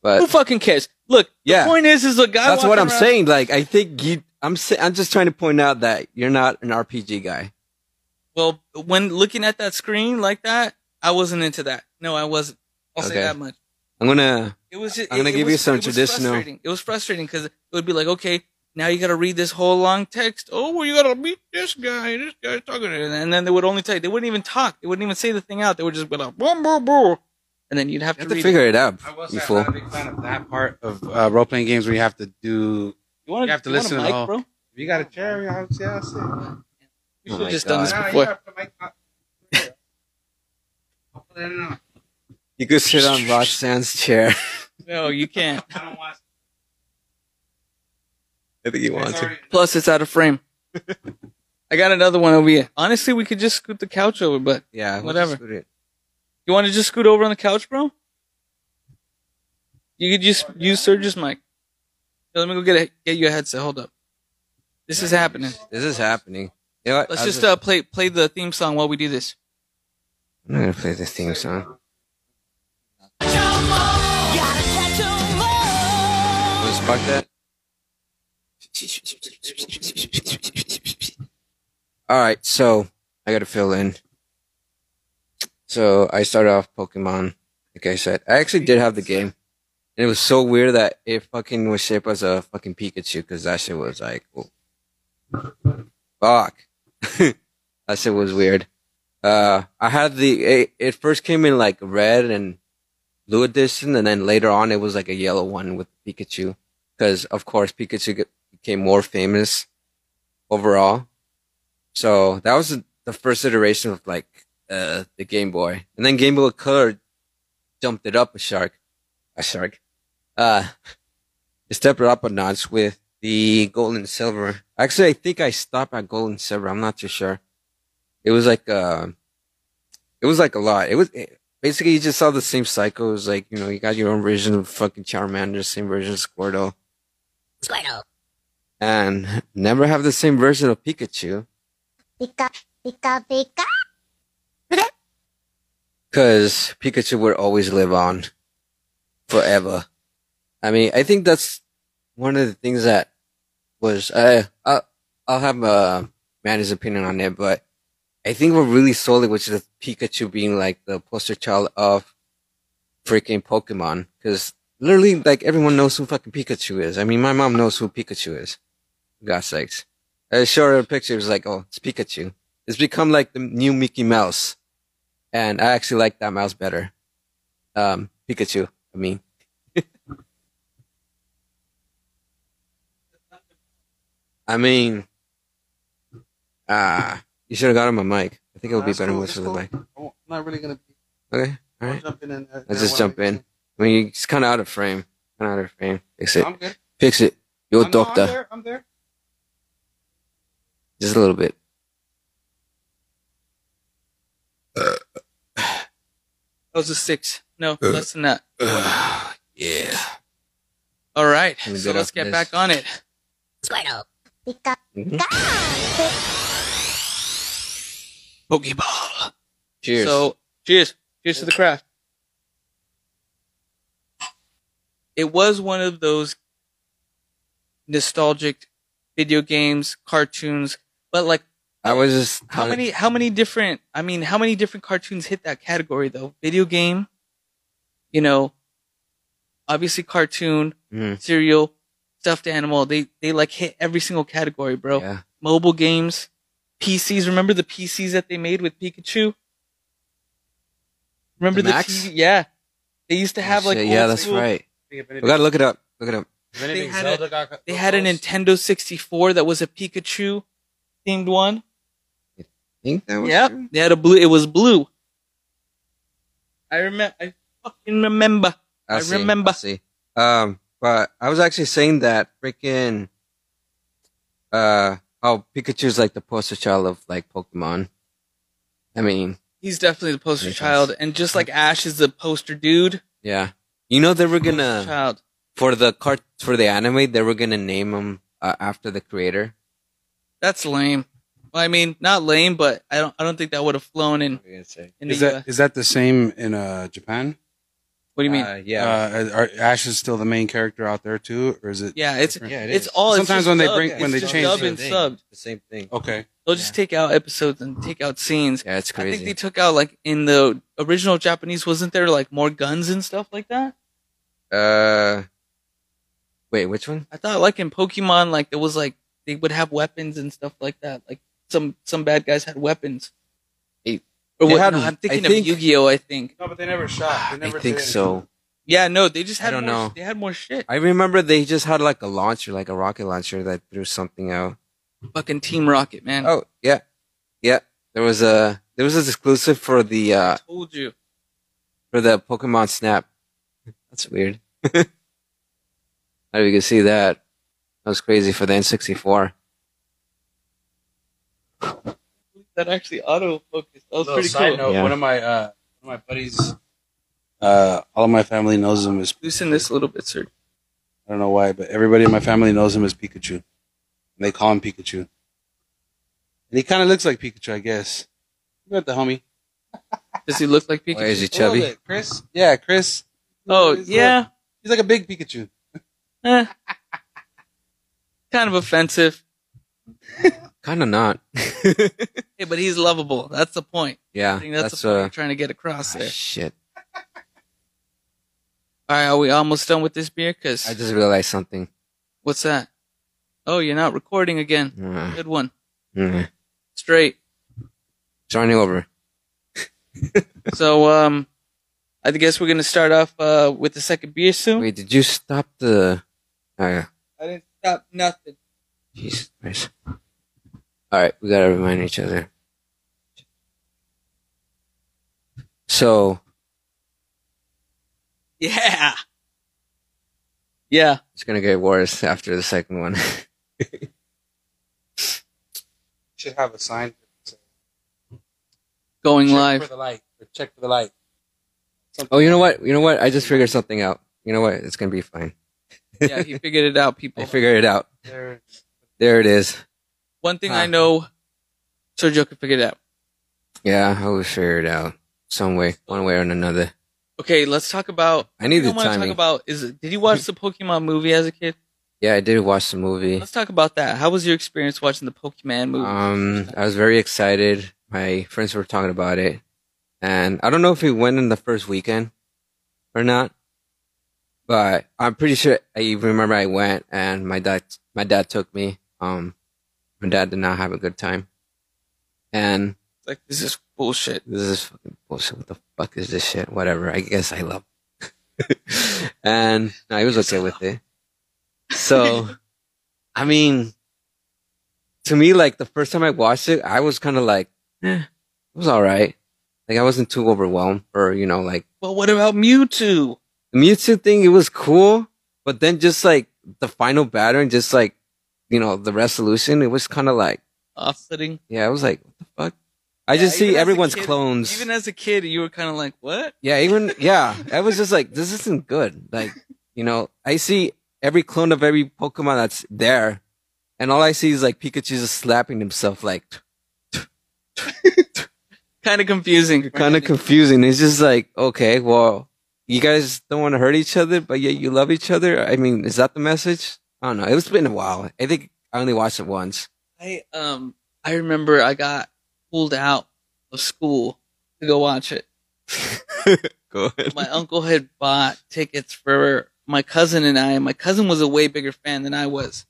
But
Who fucking cares? Look, the
Yeah.
point is, is a guy.
that's
walking
what I'm
around-
saying. Like, I think you, I'm, sa- I'm just trying to point out that you're not an RPG guy.
Well, when looking at that screen like that, I wasn't into that. No, I wasn't. I'll say
Okay.
that much.
I'm gonna,
It was. Just,
I'm gonna
it- it
give you
was-
some
it was
traditional-
Frustrating. It was frustrating because it would be like, okay, now you got to read this whole long text. Oh, well, you got to meet this guy. This guy's talking, to you. and then they would only tell you. They wouldn't even talk. They wouldn't even say the thing out. They would just be like, boom, boom, boom, and then you'd have
you
to,
have to
read
figure it out, Oh
I was
you
not
fool.
a big fan of that part of uh, role playing games where you have to do.
It. You, wanna,
You have to
wanna
listen to the
mic,
whole-
bro.
If you got a cherry, I'll say. I'll say. Nah,
Oh
You should
my
just done this
God.
you
before.
have to make. I'll put it in. I
You could sit on Roxanne's chair.
No, you can't.
don't want.
I think you want
Sorry.
to.
Plus, it's out of frame. I got another one over here. Honestly, we could just scoot the couch over, but
Yeah, we'll
Whatever.
just put it-
you want to just scoot over on the couch, bro? You could just use Serge's mic. Yo, let me go get a, get you a headset. Hold up, this is happening.
This is happening. You know what?
Let's
I'll
just uh, play play the theme song while we do this.
I'm gonna play the theme song. Wanna spark that? All right, so I gotta fill in. So I started off Pokemon, like I said. I actually did have the game, and it was so weird that it fucking was shaped as a fucking Pikachu because that shit was like, oh, fuck, that shit was weird. Uh, I had the it, it first came in like red and blue edition, and then later on it was like a yellow one with Pikachu, because of course Pikachu get, became more famous overall. So that was the- the first iteration of like uh the Game Boy, and then Game Boy Color jumped it up a shark, a shark. Uh, it stepped it up a notch with the gold and silver. Actually, I think I stopped at gold and silver. I'm not too sure it was like uh it was like a lot it was it, basically you just saw the same cycle it was like you know you got your own version of fucking charmander same version of squirtle
Squirtle.
and never have the same version of pikachu
ピカピカピカ
because pikachu would always live on forever i mean i think that's one of the things that was uh, I'll, I'll have uh, Manny's opinion on it but i think what really sold it was just pikachu being like the poster child of freaking pokemon because literally like everyone knows who fucking pikachu is i mean my mom knows who pikachu is for god's sakes i showed her a picture it was like oh it's pikachu it's become like the new mickey mouse and i actually like that mouse better um pikachu i mean I mean, ah, you should have got him a mic. I think it would be
That's
better
cool,
with
that's
the
cool.
mic.
I'm not really gonna
Okay, all right.
jump in. and-
Let's just jump in. I mean, it's kind of out of frame. Kind of out of frame. Fix it.
I'm good.
Fix it. Yo,
I'm- no, I'm
doctor.
there. I'm there.
Just a little bit.
That was a six. No,
Uh.
less than that.
yeah.
All right,
Let me
so
get
let's
off
get
this.
back on it.
Squirtle.
ピカ
Pokeball.
Cheers.
So cheers, cheers to the craft. It was one of those nostalgic video games, cartoons, but like
I was just
how many how many different I mean how many different cartoons hit that category though? Video game, you know, obviously cartoon,
Mm,
cereal, stuffed animal. They they like hit every single category, bro.
yeah.
Mobile games, PCs. Remember the PCs that they made with Pikachu? Remember
The
the,
Macs?
TV? Yeah, they used to have like
Shit, yeah,
old
that's
school-
right.
If
We
anything-
gotta look it up. Look it up.
if anything,
They had a-
Zelda got-
They had a Nintendo 64 that was a Pikachu themed one.
I think that was.
Yep, they had a blue. It was blue. I remember. I fucking remember.
I'll
I
see,
remember.
I'll see. Um, But I was actually saying that freaking uh how Pikachu's like the poster child of like Pokemon. I mean,
He's definitely the poster
Makes
child, and just like Ash is the poster dude.
yeah. You know they were
poster
gonna
child.
for the cart for the anime they were gonna name him uh, after the creator.
That's lame. Well, I mean, not lame, but I don't. I don't think that would have flown in. in the
Is that
US.
is that the same in uh, Japan?
What do you mean?
Uh, yeah.
Uh, are, are Ash is still the main character out there too, or is it?
yeah, it's
different?
yeah, it
it's
is.
all. it's
Sometimes
just
when they
dubbed.
bring-
It's
when they
just
change
dubbed
the
and
thing.
subbed.
the same thing.
Okay.
They'll just take out episodes and take out scenes.
Oh, Yeah, it's
I think
crazy.
they took out like in the original Japanese. Wasn't there like more guns and stuff like that?
uh, wait, which one?
I thought like in Pokemon, like there was like they would have weapons and stuff like that. Like some some bad guys had weapons.
They-
or
they
what?
had-
no, I'm
I
thinking
think-
of Yu-Gi-Oh. I think.
No, but they never shot. They
I think so.
Yeah, no, they just
I
had.
don't
more,
know.
They had more shit.
I remember they just had like a launcher, like a rocket launcher that threw something out.
Fucking Team Rocket, man.
Oh yeah, yeah. There was a there was an exclusive for the uh
I told you.
for the Pokemon Snap. That's weird. How do you can see that? That was crazy for the N64.
That actually auto focused. That was
Little
pretty
side
cool.
note,
Yeah.
one of my uh, one of my buddies, uh, all of my family knows him as
Loosen this a little bit, sir.
I don't know why, but everybody in my family knows him as Pikachu. And they call him Pikachu. And he kind of looks like Pikachu, I guess. You got the homie.
Does he look like Pikachu?
Why is he
A little
chubby?
bit. Chris? Yeah, Chris.
Oh
He's
yeah,
Like, he's like a big Pikachu.
eh. kind of offensive.
Kind of not.
Hey, but he's lovable. That's the point.
Yeah,
I think that's,
that's
the point
uh.
you're trying to get across
ah,
there.
shit.
All right, are we almost done with this beer? Cause
I just realized something.
what's that? Oh, you're not recording again.
Mm,
Good one.
mm.
Straight.
Starting over.
So um, I guess we're gonna start off uh with the second beer soon.
Wait, did you stop the? Uh,
I didn't stop nothing.
Jesus Christ. All right, we gotta remind each other. So
Yeah. Yeah.
it's gonna get worse after the second one.
Should have a sign.
Going
Check
live.
for the light. Or check for the light.
oh, you know what? You know what? I just figured something out. You know what? It's gonna be fine.
yeah, he figured it out, people.
I figured it out.
There.
There it is.
One thing
Huh.
I know, Sergio could figure it out.
Yeah, I will figure it out some way, one way or another.
Okay, let's talk about.
I need the
What I want to
timing.
talk about is did you watch the Pokemon movie as a kid?
yeah, I did watch the movie.
Let's talk about that. How was your experience watching the Pokemon movie?
Um, I was very excited. My friends were talking about it, and I don't know if we went in the first weekend or not, but I'm pretty sure I remember I went, and my dad my dad took me. Um, my dad did not have a good time, and
It's like this is bullshit.
this is fucking bullshit. What the fuck is this shit? Whatever. I guess I love. and no, he was okay with it. So, I mean, to me, like the first time I watched it, I was kind of like, eh, it was all right. Like I wasn't too overwhelmed, or you know, like
Well, what about Mewtwo?
the Mewtwo thing. It was cool, but then just like the final battle, and just like you know the resolution, it was kind of like,
Offsetting.
yeah, I was like, what the fuck? I
Yeah,
just
even
see
as a
everyone's
kid-
clones.
Even as a kid, you were kind of like, what?
Yeah, even yeah, I was just like, this isn't good. Like, you know, I see every clone of every Pokemon that's there, and all I see is like Pikachu just slapping himself. Like,
Kind of confusing.
kind of confusing. It's just like, okay, well, you guys don't want to hurt each other, but yet you love each other. I mean, is that the message? I don't know. It's been a while. I think I only watched it once.
I um I remember I got pulled out of school to go watch it.
Go ahead.
my uncle had bought tickets for my cousin and I. My cousin was a way bigger fan than I was,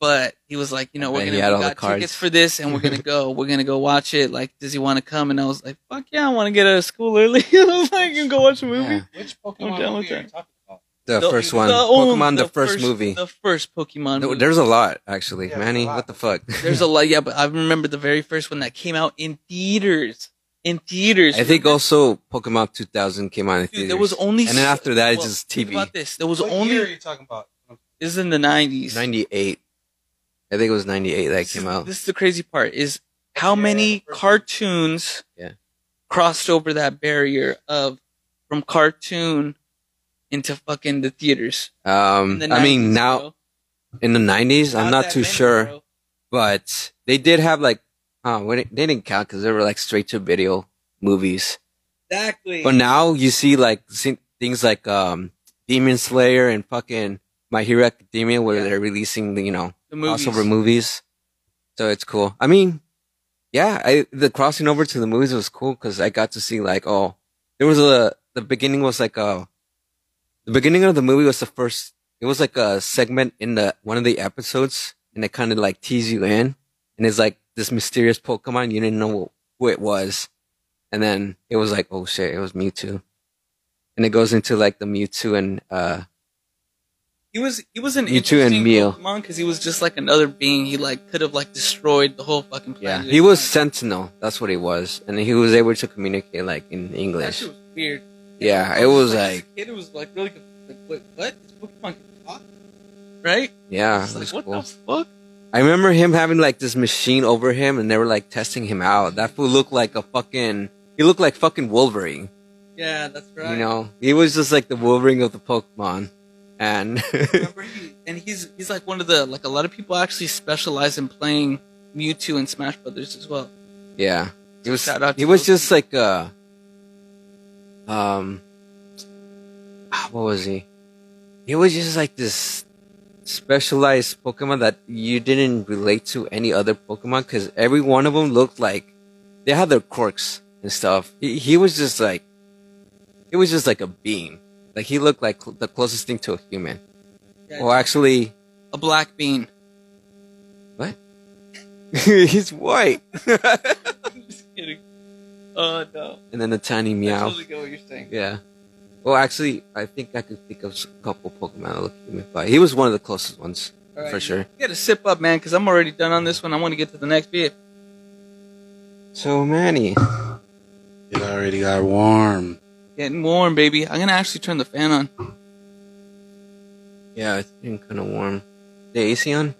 but he was like, you know, we're
And
gonna
he had
we
all the
got
cards.
tickets for this, and we're gonna go. We're gonna go watch it. Like, does he want to come? And I was like, fuck yeah, I want to get out of school early. I was like, you can go watch a movie.
Yeah.
Which
I'm
Pokemon
down
movie
with
are you
that.
talking about?
The, first one,
old-
Pokemon, the, first, movie.
the first Pokemon.
No,
movie.
There's a lot actually,
Yeah, there's a
Manny.
lot.
What the fuck?
There's a lot, yeah, but I remember the very first one that came out in theaters. in theaters.
I think also Pokemon 2000 came out in
Dude,
theaters.
there was only
and then after that, it's
well,
just
think
TV.
About this, there was
What
only
year are you talking about?
this is in the nineties.
98. I think it was 98 that
This
came
is-
out.
This is the crazy part: is how
Yeah,
many
first one.
cartoons
Yeah.
crossed over that barrier of from cartoon into fucking the theaters.
Um,
In the
I mean,
90s,
now
bro.
in the 90s, I'm not
that
too
many,
sure,
bro.
but they did have like, uh, when it- they didn't count because they were like straight to video movies.
Exactly.
But now you see like see things like um, Demon Slayer and fucking My Hero Academia where
Yeah.
they're releasing, you know,
the movies.
crossover movies. So it's cool. I mean, yeah, I, the crossing over to the movies was cool because I got to see like, oh, there was a, the beginning was like a, the beginning of the movie was the first, it was like a segment in the, one of the episodes and it kind of like tease you in and it's like this mysterious Pokemon. You didn't know who it was. And then it was like, oh shit, it was Mewtwo. And it goes into like the Mewtwo and, uh,
He was he was an
You two and
interesting
Mio.
Pokemon because he was just like another being. He like could have like destroyed the whole fucking
Yeah,
planet.
he was Sentinel. That's what he was, and he was able to communicate like in
That
English.
shit was weird.
Yeah,
I
it was
like,
like,
this kid was like really confused, like what? What? This Pokemon can talk? Right?
yeah,
It's
it
like,
was
what
cool.
the fuck?
I remember him having like this machine over him, and they were like testing him out. That fool looked like a fucking. He looked like fucking Wolverine.
Yeah, that's right.
You know, he was just like the Wolverine of the Pokemon, and
Remember he, and he's he's like one of the like a lot of people actually specialize in playing Mewtwo and Smash Brothers as well.
yeah, he was.
Shout out
He
to
was
those
just like a. Um. ah, What was he? He was just like this specialized Pokemon that you didn't relate to any other Pokemon because every one of them looked like they had their quirks and stuff. He, he was just like, he was just like a being. Like he looked like cl- the closest thing to a human.
Yeah,
Well, actually,
a black bean.
he's white.
I'm just kidding. Oh no.
And then a tiny
I
meow.
totally get what you're saying.
Yeah. Well, actually, I think I could think of a couple Pokemon that look human, but he was one of the closest ones
All right,
for sure.
You gotta sip up, man, because I'm already done on this one. I want to get to the next beer.
So many.
It already got warm.
Getting warm, baby. I'm gonna actually turn the fan on.
Yeah, it's been kind of warm. The AC on?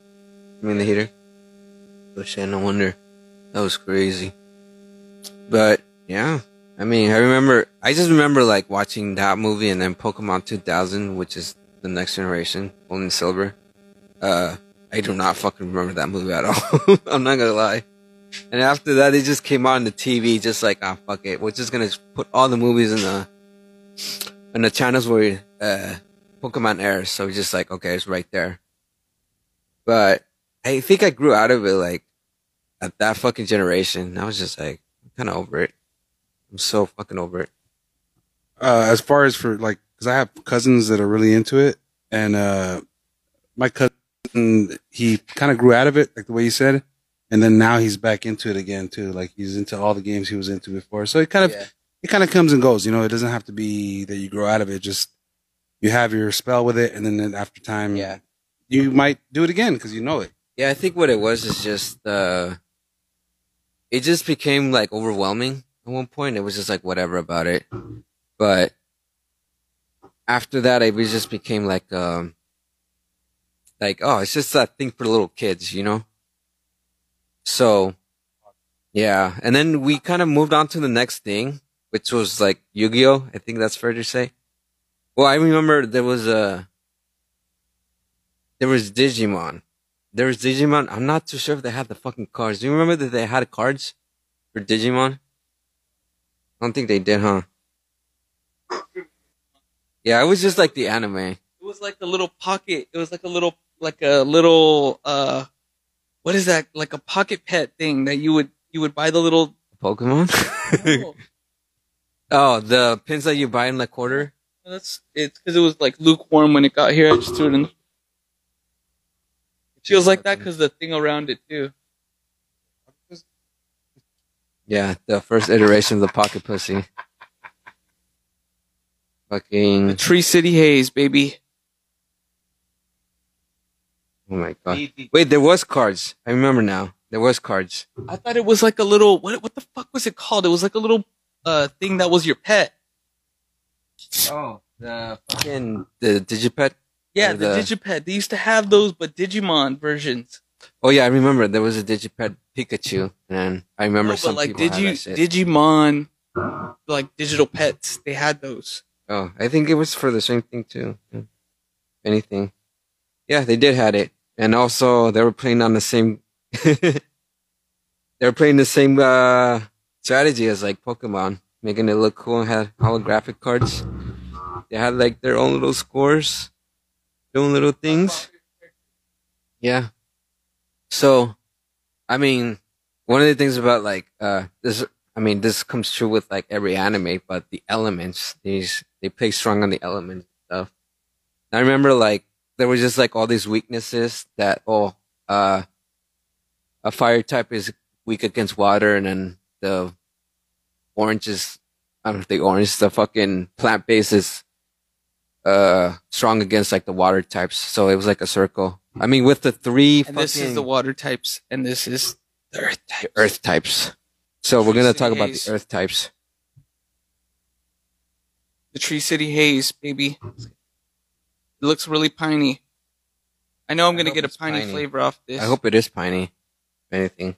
I mean the heater. Oh shit! No wonder. That was crazy. But yeah, I mean, I remember. I just remember like watching that movie and then Pokemon 2000, which is the next generation, Gold and Silver. Uh, I do not fucking remember that movie at all. I'm not gonna lie. And after that, it just came out on the TV, just like ah, fuck it. We're just gonna put all the movies in the in the channels where uh Pokemon airs, so just like okay, it's right there. But I think I grew out of it like at that fucking generation. I was just like kind of over it. I'm so fucking over it.
Uh, as far as for like, because I have cousins that are really into it, and uh, my cousin he kind of grew out of it, like the way you said, and then now he's back into it again too. Like he's into all the games he was into before, so it kind of
Yeah.
it kind of comes and goes. You know, it doesn't have to be that you grow out of it. Just you have your spell with it, and then after time,
Yeah.
you might do it again because you know it.
Yeah, I think what it was is just uh it just became like overwhelming at one point. It was just like whatever about it. But after that it was just became like um like oh it's just that thing for little kids, you know? So yeah. And then we kind of moved on to the next thing, which was like Yu-Gi-Oh! I think that's fair to say. Well, I remember there was a there was Digimon there was Digimon. I'm not too sure if they had the fucking cards. Do you remember that they had cards for Digimon? I don't think they did, huh? Yeah, it was just like the anime.
It was like a little pocket. It was like a little, like a little, uh, what is that? Like a pocket pet thing that you would you would buy the little.
Pokemon?
Oh,
oh, the pins that you buy in the quarter?
that's it's because it was like lukewarm when it got here. I just threw it in. It feels like that because the thing around it too.
Yeah, the first iteration of the Pocket Pussy. Fucking.
Tree City Haze, baby.
Oh my god. Wait, there was cards. I remember now. There was cards.
I thought it was like a little what what the fuck was it called? It was like a little uh thing that was your pet.
Oh, the
Fucking the Digipet.
Yeah,
Or
the,
the-
Digipet. They used to have those, but Digimon versions.
Oh yeah, I remember there was a Digipet Pikachu, and I remember
No,
some
but like
people had
Digi
that shit.
Digimon, like digital pets. They had those.
oh, I think it was for the same thing too. Yeah. Anything. Yeah, they did had it, and also they were playing on the same. they were playing the same uh, strategy as like Pokemon, making it look cool and had holographic cards. They had like their own little scores, doing little things. Yeah. So, I mean, one of the things about like uh this, I mean, this comes true with like every anime, but the elements these they play strong on the elements and stuff. I remember like there was just like all these weaknesses that oh uh a fire type is weak against water, and then the orange is I don't think orange the fucking plant base is uh strong against like the water types. So it was like a circle. I mean, with the three
And this is
fucking-
the water types, and this is the earth types.
earth types. So we're gonna
Tristan
talk about
Hayes.
the earth types.
The Tree City Haze, baby. It looks really piney. I know I'm
I
gonna
hope
get a
it's
piney,
piney.
flavor off this.
I hope it is piney. If anything.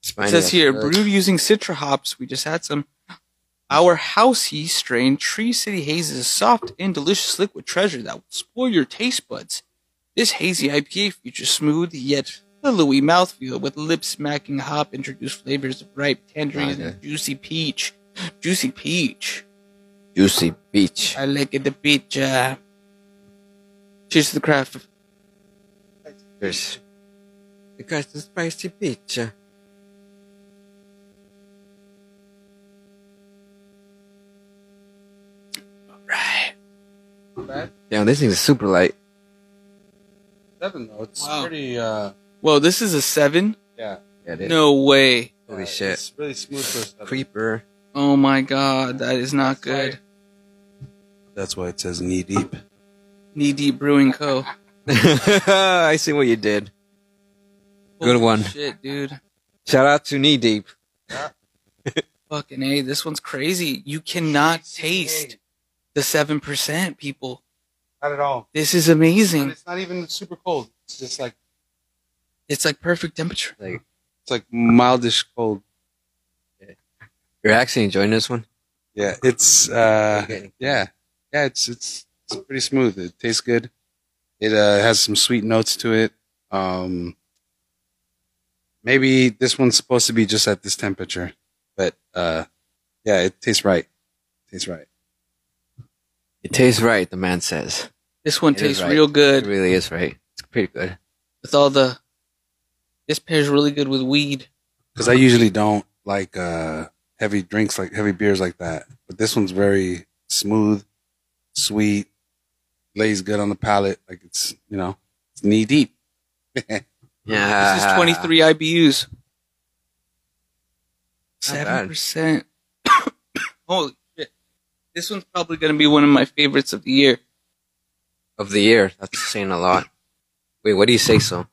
It's
It
piney
says
as
here,
fuck.
brewed using citra hops. We just had some. Our housey strain Tree City Haze is a soft and delicious liquid treasure that will spoil your taste buds. This hazy IPA features smooth yet pillowy mouthfeel with lip-smacking hop-introduced flavors of ripe tangerine
Okay.
and juicy peach. Juicy peach.
juicy beach.
I like it the peach. Uh, cheers to the craft.
There's- Because the spicy beach.
Right.
Damn, this thing is super light.
seven though. It's
Wow.
pretty. Uh,
Whoa, this is a seven.
yeah.
Yeah, it is.
No way.
Holy
uh,
shit.
It's really smooth for a seven.
Creeper.
Oh my god, that is not good.
That's why it says knee deep.
Knee Deep Brewing Co.
I see what you did. Good
Holy
one.
Shit, dude.
Shout out to Knee Deep.
Fucking A, this one's crazy. You cannot taste the 7%, people.
Not at all.
This is amazing.
it's not even super cold. It's just like
It's like perfect temperature.
it's like mildish cold.
You're actually enjoying this one?
Yeah, it's uh,
Okay.
yeah, yeah. It's it's it's pretty smooth. It tastes good. It uh, has some sweet notes to it. Um, maybe this one's supposed to be just at this temperature, but uh, yeah, it tastes right. tastes right.
It tastes right, the man says.
This one
It is
tastes
right.
real
It
good
really is right. It's pretty good.
with all the. This pairs really good with weed.
Because I usually don't like uh, heavy drinks, like heavy beers like that. But this one's very smooth, sweet, lays good on the palate. Like it's you know, it's knee deep.
Yeah.
This
Ah.
is 23 IBUs.
Not bad.
7%. Holy shit. This one's probably going to be one of my favorites of the year.
Of the year. That's saying a lot. Wait, what do you say so?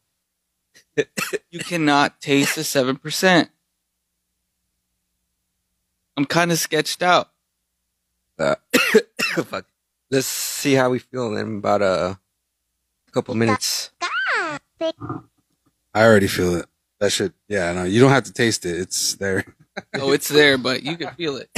you cannot taste the seven percent. I'm kind of sketched out.
Uh, fuck. Let's see how we feel in about a couple minutes.
I already feel it. That shit. Yeah, I know. You don't have to taste it. It's there.
Oh, it's there, but you can feel it.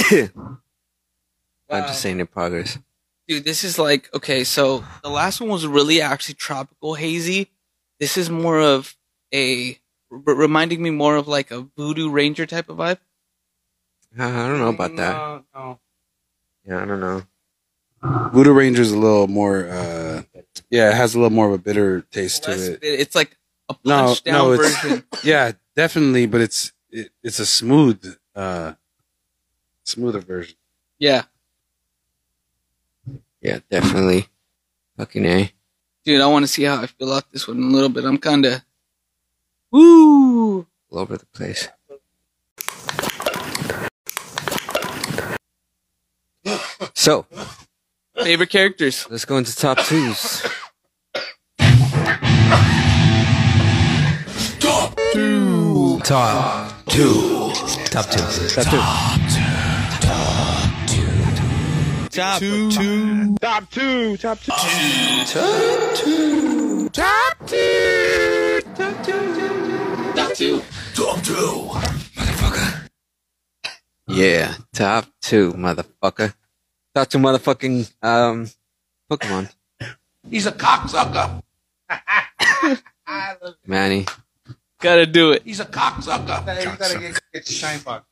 I'm just saying in progress.
Dude, this is like okay. So the last one was really actually tropical hazy. This is more of a r- reminding me more of like a voodoo ranger type of vibe.
Uh, I don't know about that.
No,
Yeah, I don't know.
no. Voodoo Ranger's a little more. uh Yeah, it has a little more of a bitter taste
Less-
to it.
It's like a
No,
punch down
no, it's-
version.
Yeah, definitely. But it's it, it's a smooth, uh smoother version.
yeah,
Yeah, definitely. Fucking A.
dude, I want to see how I feel out this one in a little bit. I'm kind of woo.
All over the place. So,
Favorite characters.
let's go into top twos.
Top
Top two. Top two.
That's it.
Top
Top two, top two.
Yeah, top two, motherfucker. Top two motherfucking um Pokemon.
He's a cocksucker.
Manny.
Gotta do it.
He's a
Oh,
cocksucker.
You gotta get, get your shine box.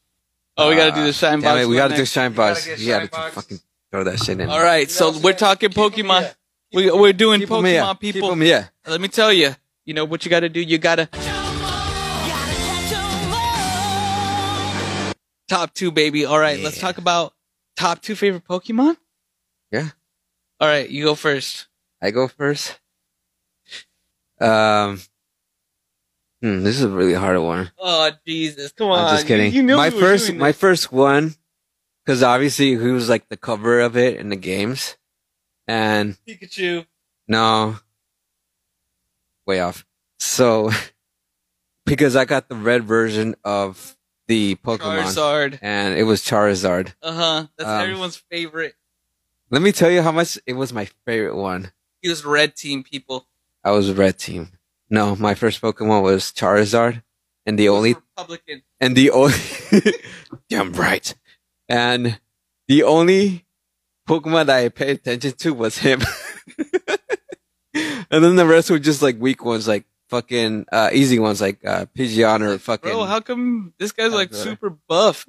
Oh, we gotta do the shine
Ah, Damn
box.
it, we
one
gotta do
next.
Shine
We
Box.
gotta get
Yeah,
Shine
we can
Box.
fucking throw that shit in.
All right, so we're talking Pokemon. We, we're doing
Keep 'em here.
Pokemon
Keep
people.
'em here.
Let me tell you, you know what you gotta do? You gotta top two, baby. All right, let's
Yeah.
talk about top two favorite Pokemon.
Yeah.
All right, you go first.
I go first. Um hmm, this is a really hard one.
Oh Jesus, come on!
I'm just
you-
kidding.
You, know
my first my first one because obviously he was like the cover of it in the games. And
Pikachu.
No. Way off. So, because I got the red version of the Pokemon,
Charizard.
and it was Charizard.
Uh huh. That's
Um,
everyone's favorite.
Let me tell you how much it was my favorite one.
He was red team people.
I was red team. No, my first Pokemon was Charizard, and the only
Republican.
and the only damn right, and the only Pokemon that I paid attention to was him. and then the rest were just like weak ones, like fucking uh, easy ones, like uh, Pidgeon or fucking.
Bro, how come this guy's like
Charizard.
super buff?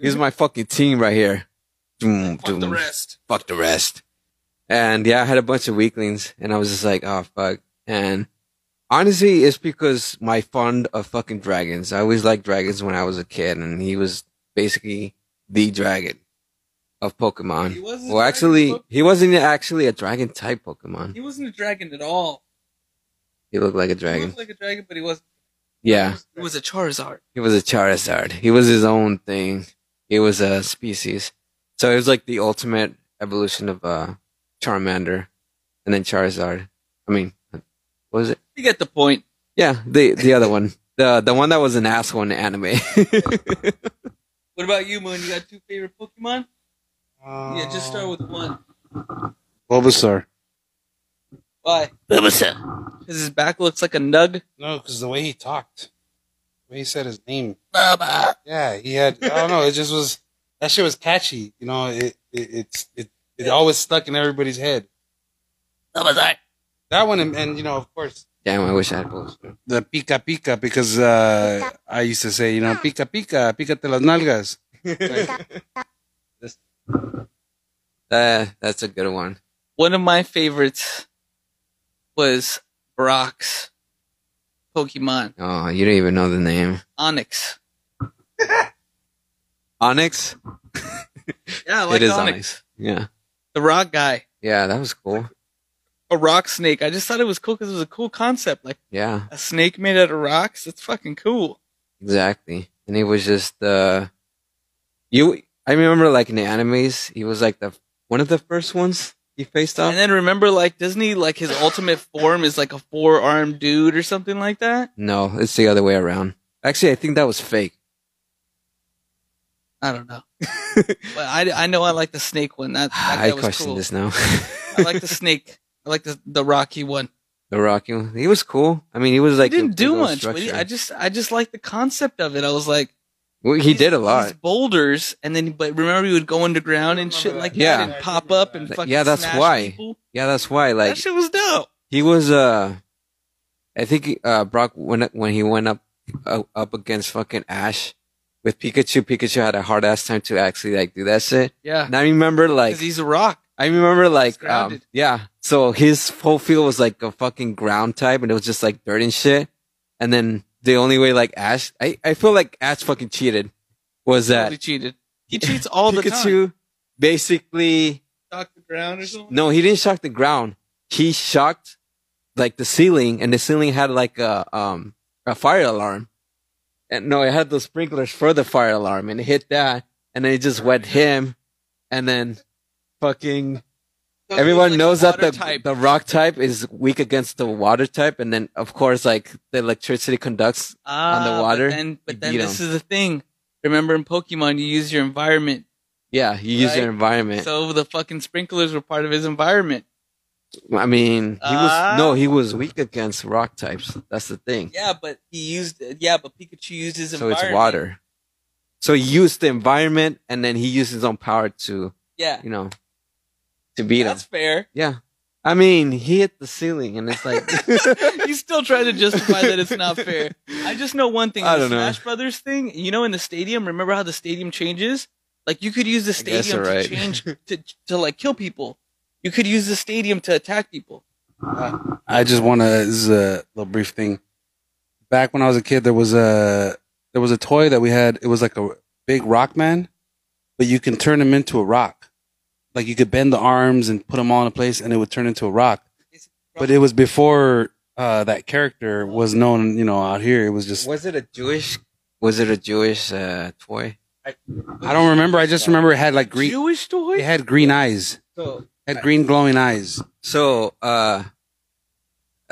Here's my fucking team right here. Doom,
Fuck the
doom.
rest.
fuck the rest. And yeah, I had a bunch of weaklings and I was just like, oh fuck. And honestly, it's because my fond of fucking dragons. I always liked dragons when I was a kid and he was basically the dragon of Pokemon.
wasn't.
Well, actually, he wasn't actually a dragon type Pokemon.
he wasn't a dragon at all.
He looked like a dragon.
like a dragon, but he was.
Yeah.
He was a Charizard.
He was a Charizard. He was his own thing. He was a species. So it was like the ultimate evolution of uh, Charmander, and then Charizard. I mean, what was it?
You get the point.
Yeah, the the other one, the the one that was an asshole in anime.
What about you, Moon? You got two favorite Pokemon? yeah, just start with one.
Bulbasaur.
Why? Because his back looks like a nug.
No, because the way he talked, the way he said his name, Baba. Yeah, he had. I don't know. It just was that shit was catchy. You know, it it it's it, it always stuck in everybody's head. That one, and, and you know, of course,
Damn, I wish I had both.
the pika pika because uh, I used to say, you know, pika pika, picate las nalgas.
Uh, that's a good one.
One of my favorites was Brock's Pokemon,
Oh, you don't even know the name.
Onyx.
Onyx.
Yeah, I
it is Onyx. Yeah,
The rock guy.
yeah, that was cool.
A rock snake. I just thought it was cool because it was a cool concept. Like
Yeah.
a snake made out of rocks. That's fucking cool.
Exactly. And he was just uh you I remember like in the animes, he was like the one of the first ones he faced off.
And then remember, like Disney, like his ultimate form is like a four-armed dude or something like that.
no, it's the other way around. Actually, I think that was fake.
I don't know. but I, I know I like the snake one. That, that,
I
that was
question
cool.
this now.
I like the snake. I like the the rocky one.
the Rocky one. He was cool. I mean, he was like
he didn't
the big
do
old
much, but he,
structure.
I just I just like the concept of it. I was like,
Well, he
these-
did a
These
lot.
boulders, and then but remember he would go underground and
I
shit
remember
like
that.
Yeah.
that and pop up and
Th-
fucking
yeah, that's
smash
why.
people.
Yeah, that's why like
that shit was dope.
he was uh I think uh Brock when when he went up uh, up against fucking Ash with Pikachu, Pikachu had a hard ass time to actually like do that shit.
Yeah,
And I remember like
because he's a rock.
I remember like um,
grounded.
yeah. So his whole field was like a fucking ground type and it was just like dirt and shit. And then the only way like Ash I, I feel like Ash fucking cheated was that
Totally cheated. He cheats all the time.
Pikachu basically
Knock the ground or something.
no, he didn't shock the ground. He shocked like the ceiling and the ceiling had like a um a fire alarm. And no, it had those sprinklers for the fire alarm and it hit that and then it just wet him and then fucking
So he
Everyone
was, like,
knows
a
that
water
the
type.
the rock type is weak against the water type, and then of course like the electricity conducts.
ah,
the water,
But then, but
you
then
beat
this
him.
is the thing. Remember in Pokemon, you use your environment.
Yeah, you use your
Right.
environment.
So the fucking sprinklers were part of his environment.
I mean, he
Ah.
was no, he was weak against rock types. That's the thing.
Yeah, but he used. Yeah, but Pikachu used his
so
environment.
it's water. So he used the environment, and then he used his own power to
Yeah,
you know to beat him.
that's fair.
Yeah, I mean, he hit the ceiling, and it's like
you still try to justify that it's not fair. I just know one thing.
I
the
don't know.
Smash Brothers thing, you know, in the stadium, remember how the stadium changes? Like you could use the
guess
stadium
you're
to
right.
change to to like kill people. You could use the stadium to attack people.
I just want to. This is a little brief thing. Back when I was a kid, there was a there was a toy that we had. It was like a big rock man, but you can turn him into a rock. Like you could bend the arms and put them all in a place, and it would turn into a rock. But it was before uh, that character was known. You know, out here, it was just.
was it a Jewish? Was it a Jewish uh, toy?
I don't remember. I just remember it had like green.
Jewish
It
toy?
had green eyes.
So
Had green glowing eyes.
So, uh,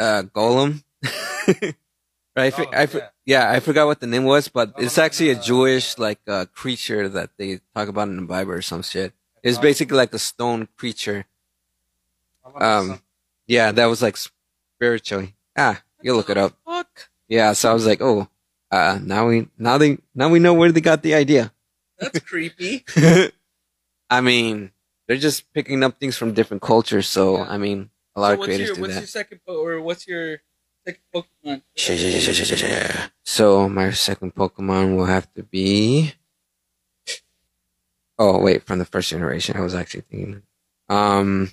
uh, Golem, right? I,
Oh,
for- I for- yeah. I forgot what the name was, but it's actually a Jewish like uh, creature that they talk about in the Bible or some shit. It's basically like a stone creature. Um, yeah, that was like spiritually. Ah, you look it up.
fuck.
Yeah, so I was like, oh, uh, now we now they now we know where they got the idea.
That's creepy.
I mean, they're just picking up things from different cultures. So I mean, a lot
So
of
what's
creators
your
do
what's
that.
your second po- or what's your second Pokemon?
So my second Pokemon will have to be. Oh wait, from the first generation, I was actually thinking. Um,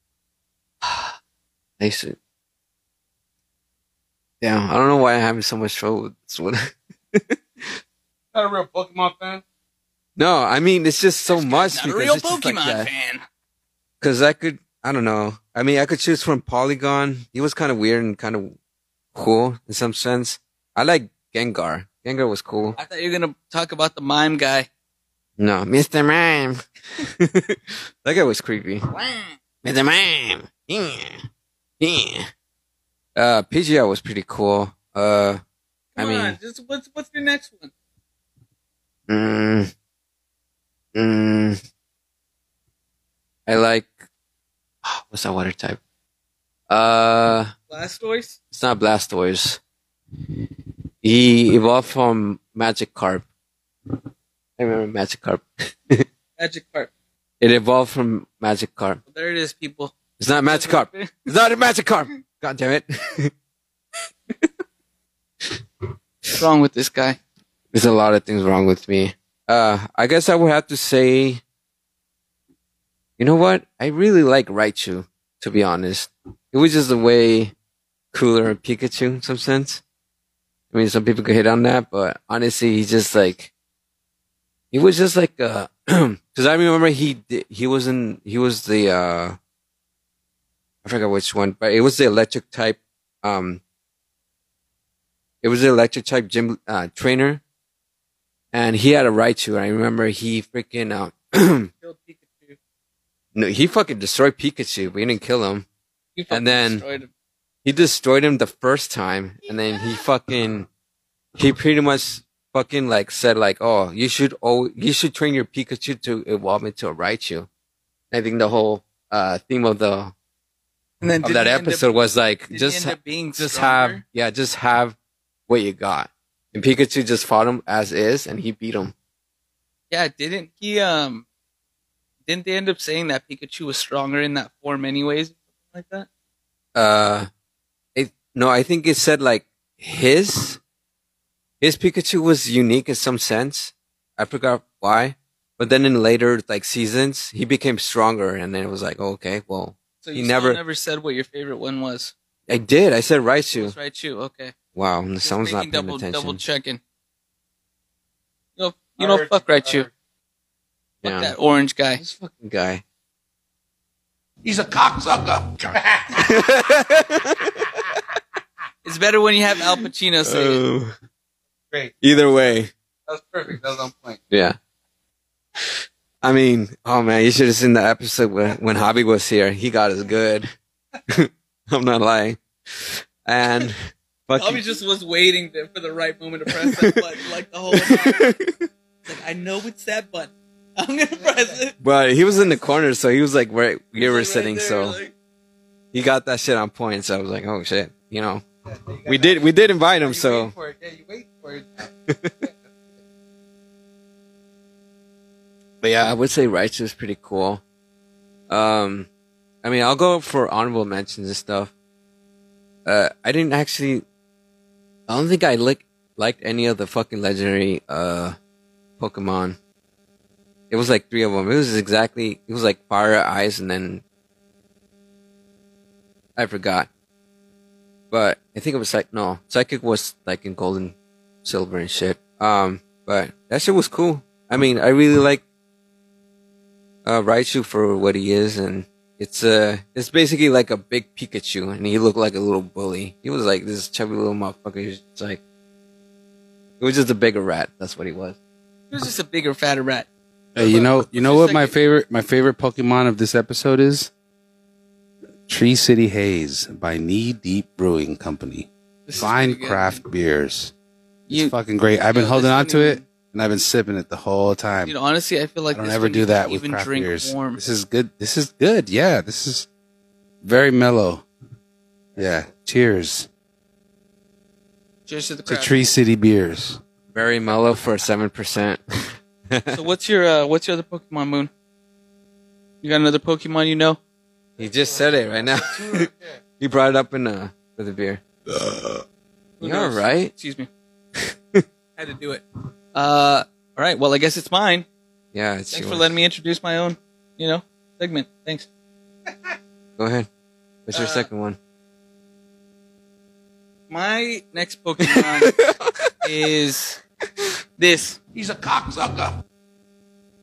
I used to. Damn, I don't know why I'm having so much trouble with this one.
Not a real Pokemon fan.
No, I mean it's just so much
Not a
because
real
it's just
Pokemon
like that.
fan.
Because I could, I don't know. I mean, I could choose from Polygon. He was kind of weird and kind of cool in some sense. I like Gengar. Gengar was cool.
I thought you were gonna talk about the mime guy.
No, Mr. Mime. that guy was creepy. Mr. Mime. Yeah. Yeah. Uh, Pidgeot was pretty cool. Uh, I
Come on,
mean,
just what's what's your next one?
mm, mm, I like, what's that water type? Uh,
Blastoise?
it's not Blastoise. He evolved from Magikarp. I remember Magikarp.
Magikarp.
It evolved from Magikarp.
Well, there it is, people.
It's not Magikarp. It's not a Magikarp. God damn it.
What's wrong with this guy?
There's a lot of things wrong with me. Uh, I guess I would have to say, you know what? I really like Raichu, to be honest. It was just a way cooler Pikachu in some sense. I mean, some people could hit on that, but honestly, he just like, he was just like, uh, cause I remember he, di- he was in, he was the, uh, I forgot which one, but it was the electric type, um, it was an electric type gym uh, trainer, and he had a Raichu. I remember he freaking out.
Killed Pikachu.
no, he fucking destroyed Pikachu. We didn't kill him.
You fucking
And then-
destroyed him.
He destroyed him the first time, and then he fucking he pretty much fucking like said like, oh, you should oh you should train your Pikachu to evolve into a Raichu. I think the whole uh, theme of the
and then
of that episode was like
just
just
end up being
just
stronger?
have yeah, just have what you got. And Pikachu just fought him as is, and he beat him.
Yeah, didn't he? Um, didn't they end up saying that Pikachu was stronger in that form, anyways, something like that?
uh it, no i think it said like his his pikachu was unique in some sense i forgot why but then in later like seasons he became stronger and then it was like oh, okay well
So
He
you still
never-
never said what your favorite one was.
i did i said raichu
That's right, too. Okay,
wow
Just
someone's not
making
paying
double
attention
double checking. You know, you know, fuck right, you. Fuck
yeah
that orange guy.
this fucking guy
He's a cocksucker.
It's better when you have Al Pacino say
Uh,
it.
Oh. either way
That was perfect. That was on point.
yeah I mean, oh man, you should have seen the episode when, when Hobby was here. He got us good. I'm not lying. And
Bobby
fucking,
just was waiting there for the right moment to press that button, like the whole time. Like I know it's that button. I'm gonna press it.
but he was in the corner, so he was like where we were
Right
sitting.
there,
so
like,
he got that shit on point. So I was like, oh shit, you know,
Yeah, you got
we
that.
did we did invite
You
him.
wait
So
for it. Yeah, you wait for it.
but yeah, I would say Righteous is pretty cool. Um, I mean, I'll go for honorable mentions and stuff. Uh, I didn't actually. I don't think I lick, liked any of the fucking legendary uh, Pokemon. It was like three of them. It was exactly. It was like Fire Eyes, and then I forgot. But I think it was like no, Psychic was like in Gold and Silver and shit. Um, but that shit was cool. I mean, I really like uh, Raichu for what he is, and it's uh, it's basically like a big Pikachu, and he looked like a little bully. He was like this chubby little motherfucker. He was just like, it was just a bigger rat. That's what he was.
It was just a bigger, fatter rat.
Hey, you know, you know
Just
what
like
my
it-
favorite my favorite Pokemon of this episode is Tree City Haze by Knee Deep Brewing Company.
This is
Fine
pretty good.
craft beers. It's
You-
fucking great. I've been
Yo,
holding
this
on to
thing-
it and I've been sipping it the whole time.
Dude, honestly, I feel like
I don't
this
ever
one you
do that
can
with
even
craft
drink
beers.
warm.
This is good. This is good. Yeah, this is very mellow. Yeah. Cheers
Cheers to the
to
craft.
Tree City beers.
Very mellow for seven percent.
So what's your uh, what's your other Pokemon Moon? You got another Pokemon you know?
he just said it right now. he brought it up in uh for the beer.
Who
You're
knows?
right.
Excuse me. Had to do it. Uh, all right. Well, I guess it's mine.
Yeah, it's
Thanks
yours.
for letting me introduce my own, you know, segment. Thanks.
Go ahead. What's your
Uh,
second one?
My next Pokemon is this.
He's a cocksucker.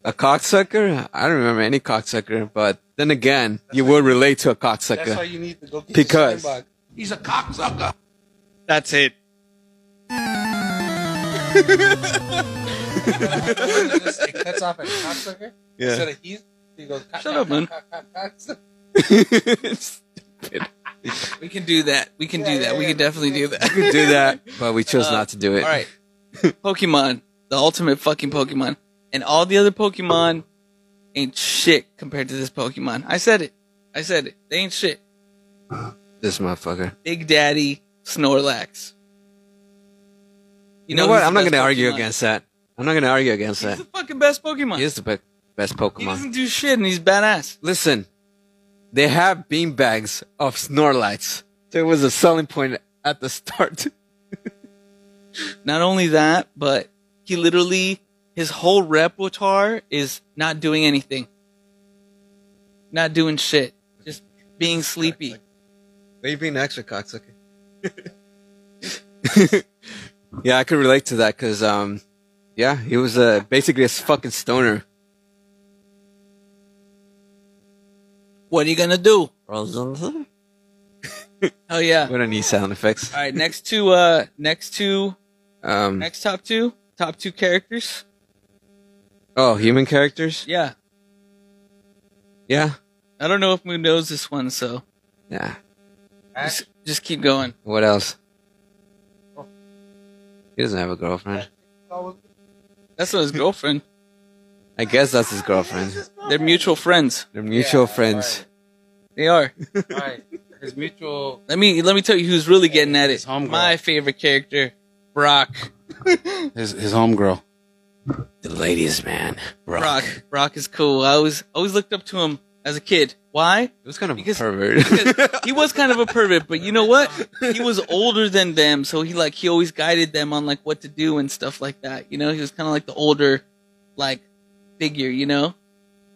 A cocksucker? I don't remember any cocksucker, but then again, you would relate to a cocksucker.
you need to go get
your Because- sandbox.
He's a cocksucker.
That's it.
it cuts off at cocksucker.
Yeah.
Instead of he's, he goes. cock,
Shut
cock,
up, man.
cock, cock, cock, cock.
we
We can do that. We can do that. we can definitely do that.
could do that, but we chose
Uh,
not to do it.
All right. Pokemon, the ultimate fucking Pokemon, and all the other Pokemon ain't shit compared to this Pokemon. I said it. I said it. They ain't shit.
This motherfucker.
Big Daddy Snorlax.
You know what?
he's
I'm
the
not
best
gonna argue
Pokemon.
against that. I'm not gonna argue against
He's
that.
the fucking best Pokemon.
He is the be- best
he
Pokemon.
doesn't do shit, and he's badass.
Listen, they have beanbags of Snorlax. There was a selling point at the start.
Not only that, but he literally his whole repertoire is not doing anything, not doing shit, just being sleepy.
Are you being extra cocksucker? yeah, I could relate to that because, um, yeah, he was uh, basically a fucking stoner.
What are you gonna do?
What
Oh yeah.
do I need sound effects?
All right, next two, uh, next two, Uh,
Um,
next top two, top two characters.
oh, human characters?
Yeah,
Yeah.
I don't know if Moon knows this one, so
Yeah.
just, just keep going.
What else?
Oh.
He doesn't have a girlfriend.
That's not his girlfriend.
I guess that's his girlfriend.
They're mutual friends.
They're mutual friends.
They are.
Right. His mutual.
Let me let me tell you who's really getting at
His
it.
homegirl.
My favorite character, Brock.
His his homegirl.
The ladies, man. Brock.
Brock. Brock is cool. I always always looked up to him as a kid. Why?
It was kind of
Because-
pervert.
he was kind of a pervert, but you know what? He was older than them, so he like he always guided them on like what to do and stuff like that. You know, he was kind of like the older, like figure. You know,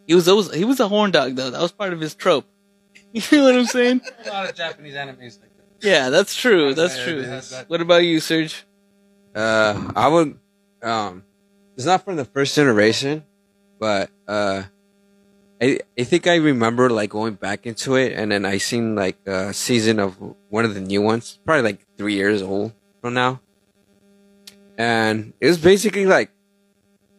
he was always he was a horn dog though. That was part of his trope. You know what I'm saying?
A lot of Japanese animes like that.
Yeah, that's true. That's true. What about you, Serge?
Uh, I would. Um, it's not from the first generation, but uh, I I think I remember like going back into it, and then I seen like a season of one of the new ones, probably like three years old from now, and it was basically like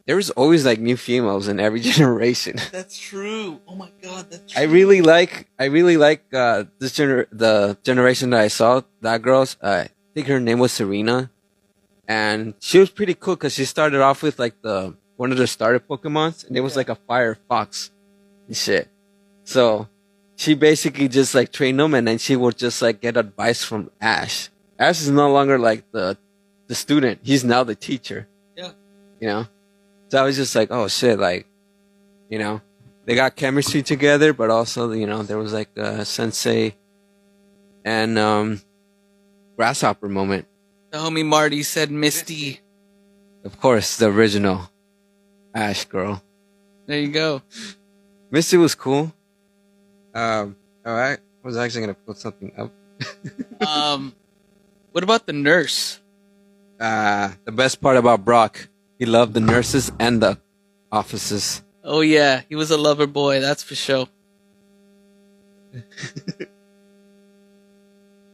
there was always like new females in every generation.
That's true. Oh my god, that's true.
I really like I really like uh this gener- the generation that I saw that girl's uh, I think her name was Serena and she was pretty cool cuz she started off with like the one of the starter pokemons and it was like a fire fox and shit. So she basically just like trained them and then she would just like get advice from Ash. Ash is no longer like the the student. He's now the teacher.
Yeah.
You know. So I was just like, oh shit, like you know, they got chemistry together, but also you know there was like a sensei and um grasshopper moment.
The homie Marty said Misty.
Of course, the original Ash girl.
There you go.
Misty was cool. Um, all right, I was actually gonna put something up.
Um, what about the nurse?
Uh, the best part about Brock, he loved the nurses and the offices.
Oh yeah, he was a lover boy. That's for sure.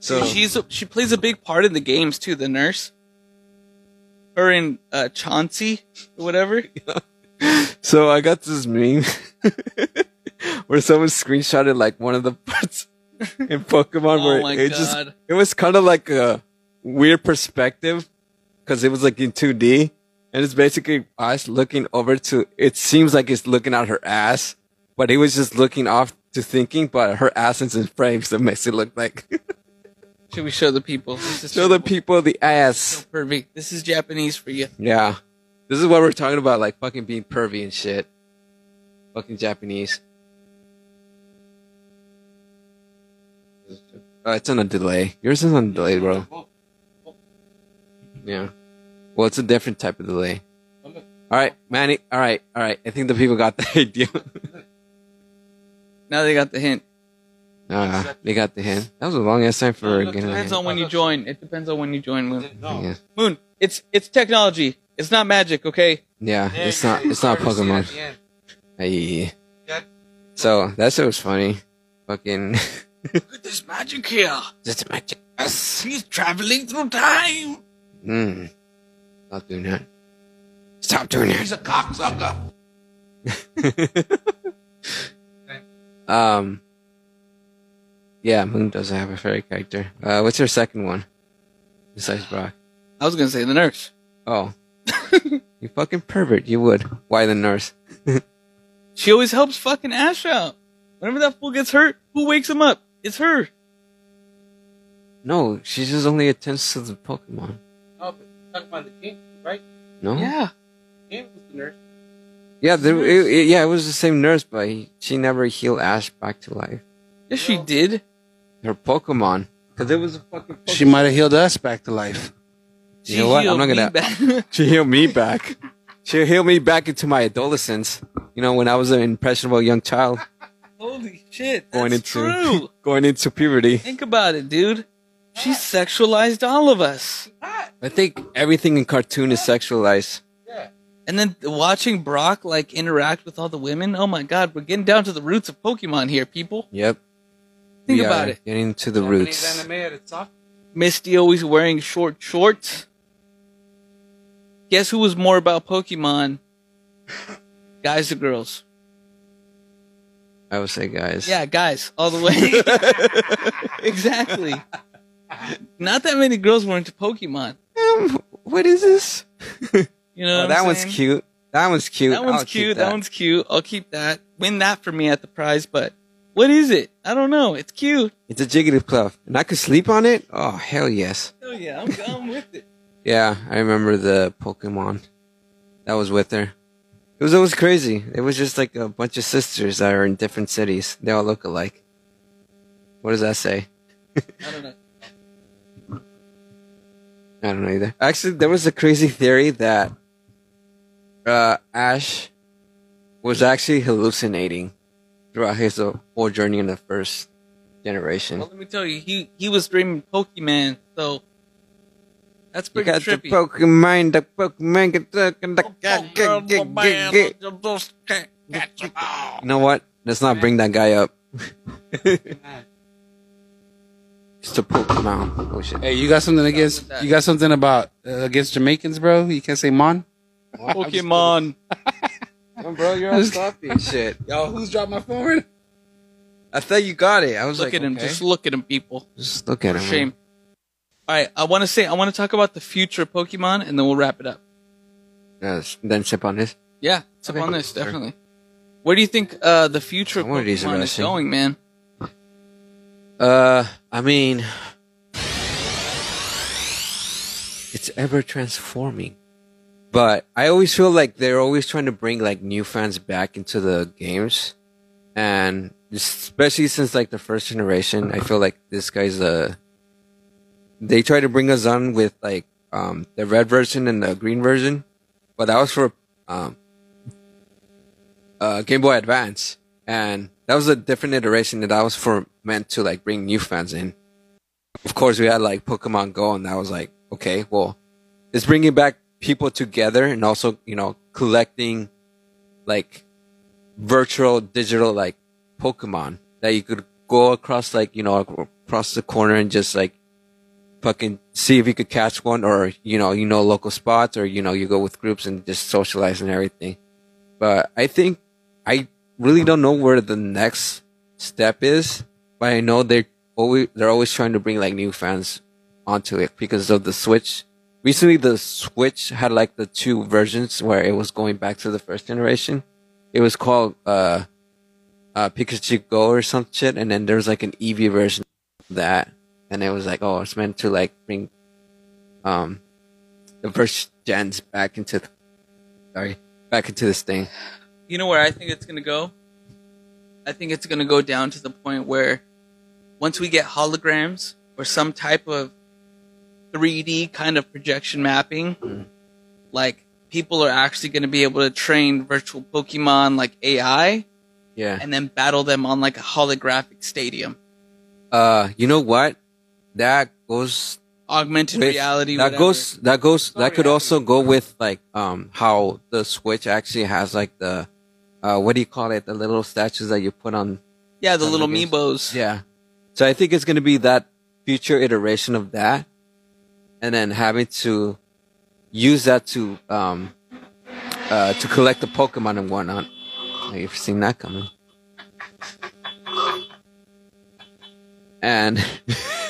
So
she's a, she plays a big part in the games too. The nurse, her and uh, Chauncey or whatever.
So I got this meme where someone screenshotted like one of the parts in Pokemon
Oh
where
my
it just
God.
it was kind of like a weird perspective because it was like in 2D and it's basically us looking over to it seems like it's looking at her ass, but it was just looking off to thinking, but her ass is in frames that makes it look like
Should we show the people? This is
show the people the ass.
pervy. This is Japanese for you.
Yeah, this is what we're talking about, like fucking being pervy and shit, fucking Japanese. Uh, it's on a delay. Yours is on a delay, bro. Yeah. Well, it's a different type of delay. All right, Manny. All right, all right. I think the people got the idea.
Now they got the hint.
uh, they got the hint. That was a long ass time for
It
getting a
depends
hint.
on when you join. It depends on when you join, Moon.
Yeah.
Moon, it's it's technology. It's not magic, okay?
Yeah, it's not. It's not Pokemon. Hey.
Yeah.
So that shit was funny. Fucking.
There's magic here.
That's magic. Yes.
He's traveling through time.
Mm. Stop doing that. Stop doing
He's a cocksucker.
that. um. Yeah, Moon doesn't have a fairy character. Uh, what's her second one? Besides Brock.
I was gonna say the nurse.
Oh. you fucking pervert. You would. Why the nurse?
She always helps fucking Ash out. Whenever that fool gets hurt, who wakes him up? It's her.
No, she just only attends to the Pokemon.
No, but talking about the game, right?
No.
Yeah.
Game was the nurse.
Yeah. There, it, it- yeah. It was the same nurse, but he, she never healed Ash back to life.
Yes, she did.
Her Pokemon. Cause it was a fucking. Pokemon.
She might have healed us back to life.
She
You know what? I'm
healed
not
me
gonna-
back.
She healed me back. She healed me back into my adolescence. You know, when I was an impressionable young child
Holy shit. That's
going into
true.
going into puberty.
Think about it, dude. She sexualized all of us.
I think everything in cartoon is sexualized.
And then watching Brock like interact with all the women. Oh my god, we're getting down to the roots of Pokemon here, people.
Yep.
Think
We
about
are
it.
Getting to the
Japanese
roots.
anime at its top.
Misty always wearing short shorts. Guess who was more about Pokemon? Guys or girls?
I would say, guys.
Yeah, guys, all the way. exactly. Not that many girls were into Pokemon.
Um, what is this?
You know,
Oh,
what
that
I'm
one's
saying?
cute. That one's cute.
That one's
I'll keep
cute. That. one's cute. I'll keep that. Win that for me at the prize. But what is it? I don't know. It's cute.
It's a jiggity pluff, and I could sleep on it. Oh hell yes.
Oh yeah, I'm, I'm with it.
Yeah, I remember the Pokemon that was with her. It was always crazy. It was just like a bunch of sisters that are in different cities. They all look alike. What does that say?
I don't know.
I don't know either. Actually, there was a crazy theory that uh, Ash was actually hallucinating throughout his uh, whole journey in the first generation.
Well, let me tell you, he he was dreaming Pokemon, so that's
You
pretty
got the
trippy. Oh,
Pokemon, the Pokemon, get the, get the, get, get, get, get, get. You know what? Let's not bring that guy up. it's the Pokemon. Oh shit.
Hey, you got something against you got something about uh, against Jamaicans, bro? You can't say mon. Wow, I'm just-
Pokemon.
Come on, bro, you're all sloppy and shit.
Yo, who's dropped my phone?
I thought you got it. I was
Look
like,
at him.
okay.
Just look at him, people.
Just look at
For
him. man.
shame. All right, I want to say I want to talk about the future of Pokemon, and then we'll wrap it up.
Yes, then sip on this.
Yeah, tip
Okay.
on this
Sure.
definitely. Where do you think uh, the future of
One of these
Pokemon is
interesting.
going, man?
Uh, I mean, it's ever transforming. But I always feel like they're always trying to bring like new fans back into the games, and especially since like the first generation, I feel like this guy's a. They try to bring us on with like um the red version and the green version, but that was for um uh, Game Boy Advance, and that was a different iteration. That was for meant to like bring new fans in. Of course, we had like Pokemon Go, and that was like, okay, well, it's bringing back people together, and also you know collecting like virtual digital like Pokemon that you could go across like you know across the corner and just like fucking see if you could catch one or you know you know local spots or you know you go with groups and just socialize and everything but I think I really don't know where the next step is. But I know they're always they're always trying to bring like new fans onto it because of the Switch. Recently, the Switch had like the two versions where it was going back to the first generation. It was called uh, uh, Pikachu Go or some shit, and then there was like an EV version of that, and it was like, oh, it's meant to like bring um the first gens back into the, sorry back into this thing.
you know where I think it's gonna go? I think it's gonna go down to the point where once we get holograms or some type of 3D kind of projection mapping,
Mm-hmm.
like people are actually gonna be able to train virtual Pokemon like AI
Yeah.
and then battle them on like a holographic stadium.
uh you know what that goes
Augmented
with-
reality
that
whatever.
goes that goes that could
Sorry,
also go with like um how the switch actually has like the uh what do you call it the little statues that you put on
Yeah, the
That
little
goes-
amiibos.
yeah so i think it's going to be that future iteration of that and then having to use that to um uh to collect the pokemon and whatnot you've seen that coming and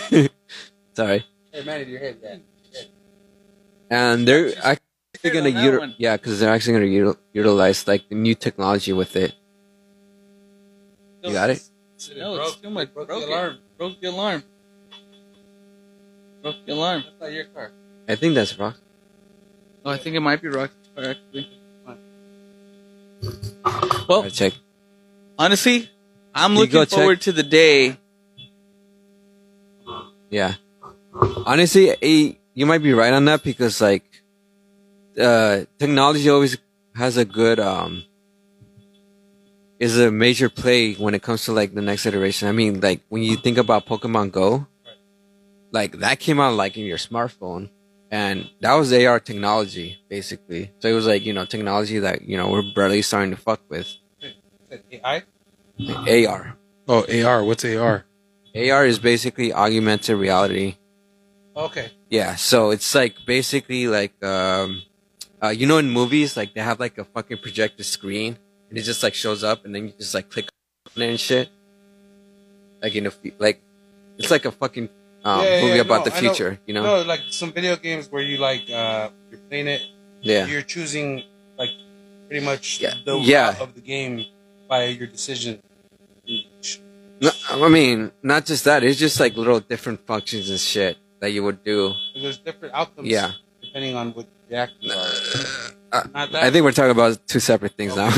sorry
Hey, man, your head, man.
and they're actually
Good on
gonna
that
util-
one.
yeah, because they're actually gonna util- utilize like the new technology with it. You got it?
No, it's too much.
Broke,
Broke
the
it.
alarm.
Broke the alarm. Broke the alarm.
That's not your car.
I think that's rock.
Oh, I think it might be Rock actually.
I
Well,
check.
honestly, I'm
You
looking
go check.
forward to the day.
Yeah. Honestly, eh, you might be right on that because like, uh, technology always has a good um. Is a major play when it comes to like the next iteration. I mean, like when you think about Pokemon Go, like that came out like in your smartphone, and that was AR technology basically. So it was like you know technology that you know we're barely starting to fuck with.
AI?
Like, AR.
Oh, AR. What's AR?
AR is basically augmented reality.
Okay.
Yeah, so it's like basically like um uh you know in movies like they have like a fucking projected screen and it just like shows up and then you just like click on it and shit. Like in a fe- like it's like a fucking um,
Yeah, yeah,
movie
yeah,
about
no,
the
I know.
future, you know?
No, like some video games where you like uh you're playing it,
yeah.
you're choosing like pretty much
Yeah.
the
Yeah.
route of the game by your decision.
No, I mean, not just that, it's just like little different functions and shit that you would do.
There's different outcomes
Yeah.
depending on what the actions are. Not that
I think we're talking about two separate things now.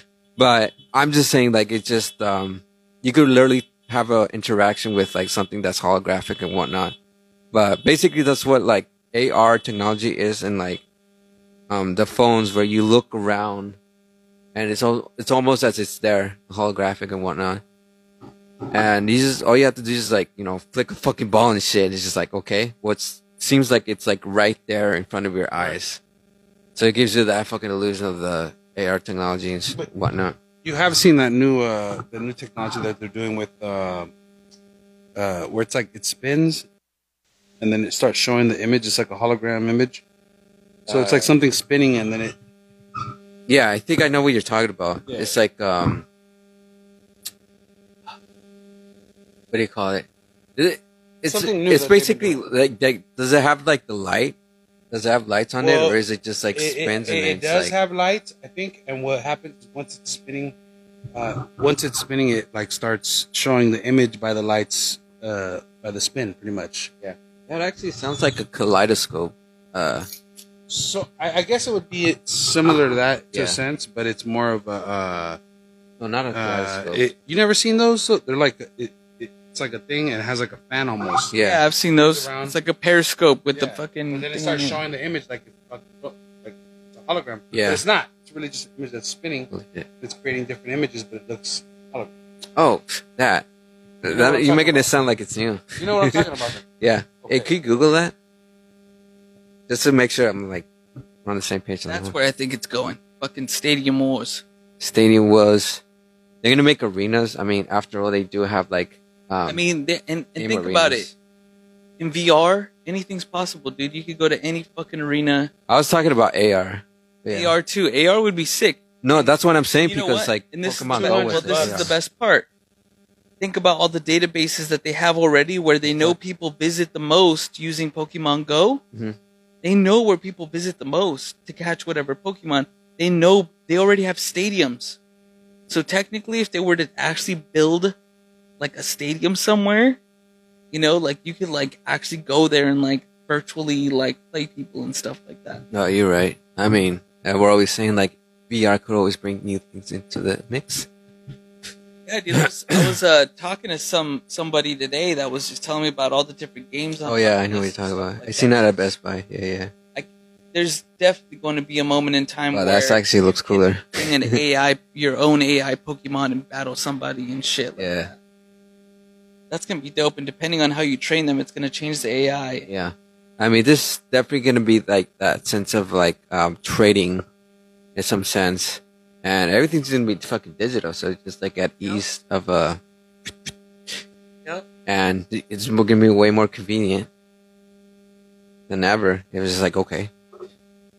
but I'm just saying, like, it just um, you could literally have a interaction with like something that's holographic and whatnot. But basically, that's what like AR technology is, and like um, the phones where you look around, and it's all it's almost as it's there, holographic and whatnot. And you just all you have to do is like you know flick a fucking ball and shit. It's just like okay, what's seems like it's like right there in front of your eyes. So it gives you that fucking illusion of the AR technology and sh- whatnot.
you have seen that new uh the new technology that they're doing with um uh where it's like it spins and then it starts showing the image it's like a hologram image So it's like
Uh,
something spinning and then it.
Yeah, I think I know what you're talking about.
Yeah.
It's like um, what do you call it? Is it- It's
Something new
it's
that they've
basically
been
like, like does it have like the light? Does it have lights on
Well,
it, or is it just like
it,
spins
it-
and
it
it's
does
like
have lights, I think. And what happens once it's spinning, uh, once it's spinning, it like starts showing the image by the lights, uh, by the spin, pretty much. Yeah.
that actually sounds like a kaleidoscope? Uh,
So I, I guess it would be similar to that to
Yeah.
a sense, but it's more of a. Uh,
no, not a
uh,
kaleidoscope.
it, you never seen those? So They're like it, it, it's like a thing and it has like a fan almost.
yeah.
Yeah, I've seen those.
Around.
It's like a periscope with the
Yeah.
fucking.
And then it
thing
starts
in it.
showing the image like it's, like oh, like it's a hologram.
Yeah.
But it's not. It's really just an image that's spinning.
Legit.
It's creating different images, but it looks.
Oh,
know
that. That-
what I'm
you're
talking
making it
about.
sound like it's new.
You know what I'm talking about? then.
Yeah.
Okay.
Hey, could you Google that? Just to make sure I'm like on the same page. on that
That's
one.
where I think it's going. Fucking Stadium Wars.
stadium was. They're gonna make arenas. I mean, after all, they do have like. Um,
I mean, they, and, and
game
think about
arenas.
it. In VR, anything's possible, dude. You could go to any fucking arena.
I was talking about AR. Yeah.
AR too. AR would be sick.
No, that's what I'm saying
You know
because
what?
like
and this,
Pokemon
is,
Go
well,
was
this
AR.
is the best part. Think about all the databases that they have already, where they know people visit the most using Pokemon Go.
Mhm.
They know where people visit the most to catch whatever Pokemon. They know they already have stadiums. So technically, if they were to actually build like a stadium somewhere, you know, like you could like actually go there and like virtually like play people and stuff like that.
No, you're right. I mean, uh, we're always saying like VR could always bring new things into the mix.
Yeah, dude. I was, I was uh, talking to some somebody today that was just telling me about all the different games. on
Oh yeah,
my
I know what you're
list and
talking
stuff
about.
like
I seen that at Best Buy. Yeah, yeah.
There's definitely going to be a moment in time
Wow,
where
that actually looks
you can
cooler.
Bring an AI, your own AI Pokemon, and battle somebody and shit. Like,
Yeah,
That's gonna be dope. And depending on how you train them, it's gonna change the AI.
yeah. I mean, this is definitely gonna be like that sense of like um, trading, in some sense, and everything's gonna be fucking digital. So it's just like at ease of uh,
Yep.
and it's gonna be way more convenient than ever. It was just like okay,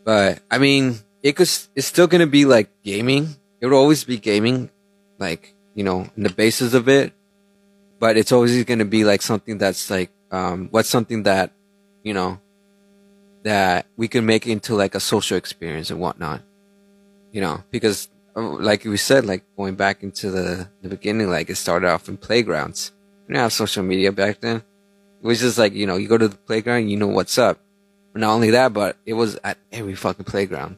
but I mean, it could. s- It's still gonna be like gaming. It will always be gaming, like you know, in the basis of it. But it's always gonna be like something that's like, um, what's something that, you know, that we can make into like a social experience and whatnot. You know, because uh, like we said, like going back into the the beginning, like it started off in playgrounds. We didn't have social media back then. It was just like you know, you go to the playground, you know what's up. But not only that, but it was at every fucking playground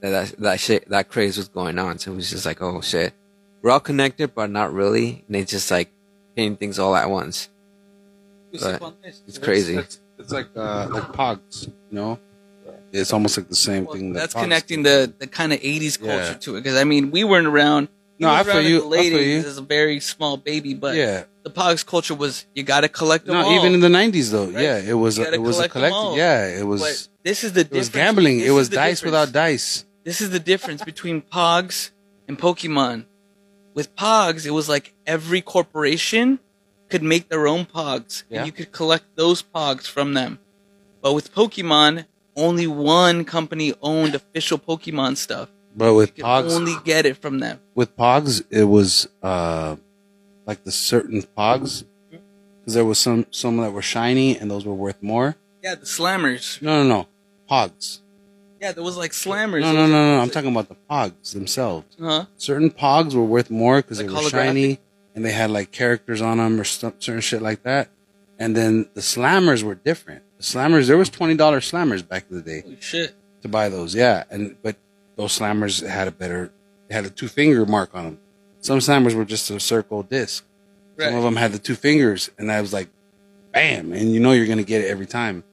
that that, that shit that craze was going on. So it was just like, oh shit, we're all connected, but not really. And it's just like hitting things all at once. Right. It's crazy.
It's, like uh, like Pogs, you know. It's almost like the same
Well,
thing. that
that's
Pogs-
connecting the the kind of '80s culture
Yeah.
to it. Because I mean, we weren't around.
No,
we
I
was
feel
around in
you.
The
I
late
feel you.
'80s as a very small baby, but
yeah.
the Pogs culture was you gotta collect them
No,
all.
even in the nineties though.
Right.
Yeah, it was
You
a,
gotta
it was a
collect 'em all.
collective. Yeah, it
But
was
this is the
it
difference.
was gambling.
This
it
is
was
the
dice
difference.
without dice.
This is the difference between Pogs and Pokemon. With Pogs, it was like every corporation could make their own Pogs,
Yeah.
and you could collect those Pogs from them. But with Pokemon, only one company owned official Pokemon stuff.
But with
You could
Pogs,
only get it from them.
with Pogs, it was uh, like the certain Pogs, because there was some some that were shiny and those were worth more.
Yeah, the Slammers.
No, no, no, Pogs.
Yeah, there was like Slammers.
No, no, no, no. I'm talking about the Pogs themselves.
Huh?
Certain Pogs were worth more because they
Like
were
holographic?
shiny and they had like characters on them or stuff, certain shit like that. And then the Slammers were different. The Slammers, there was twenty dollars Slammers back in the day.
Holy shit.
to buy those. Yeah, and but those slammers had a better, they had a two finger mark on them. Some slammers were just a circle disc. Some of
Right.
them had the two fingers, and I was like, bam! And you know you're gonna get it every time.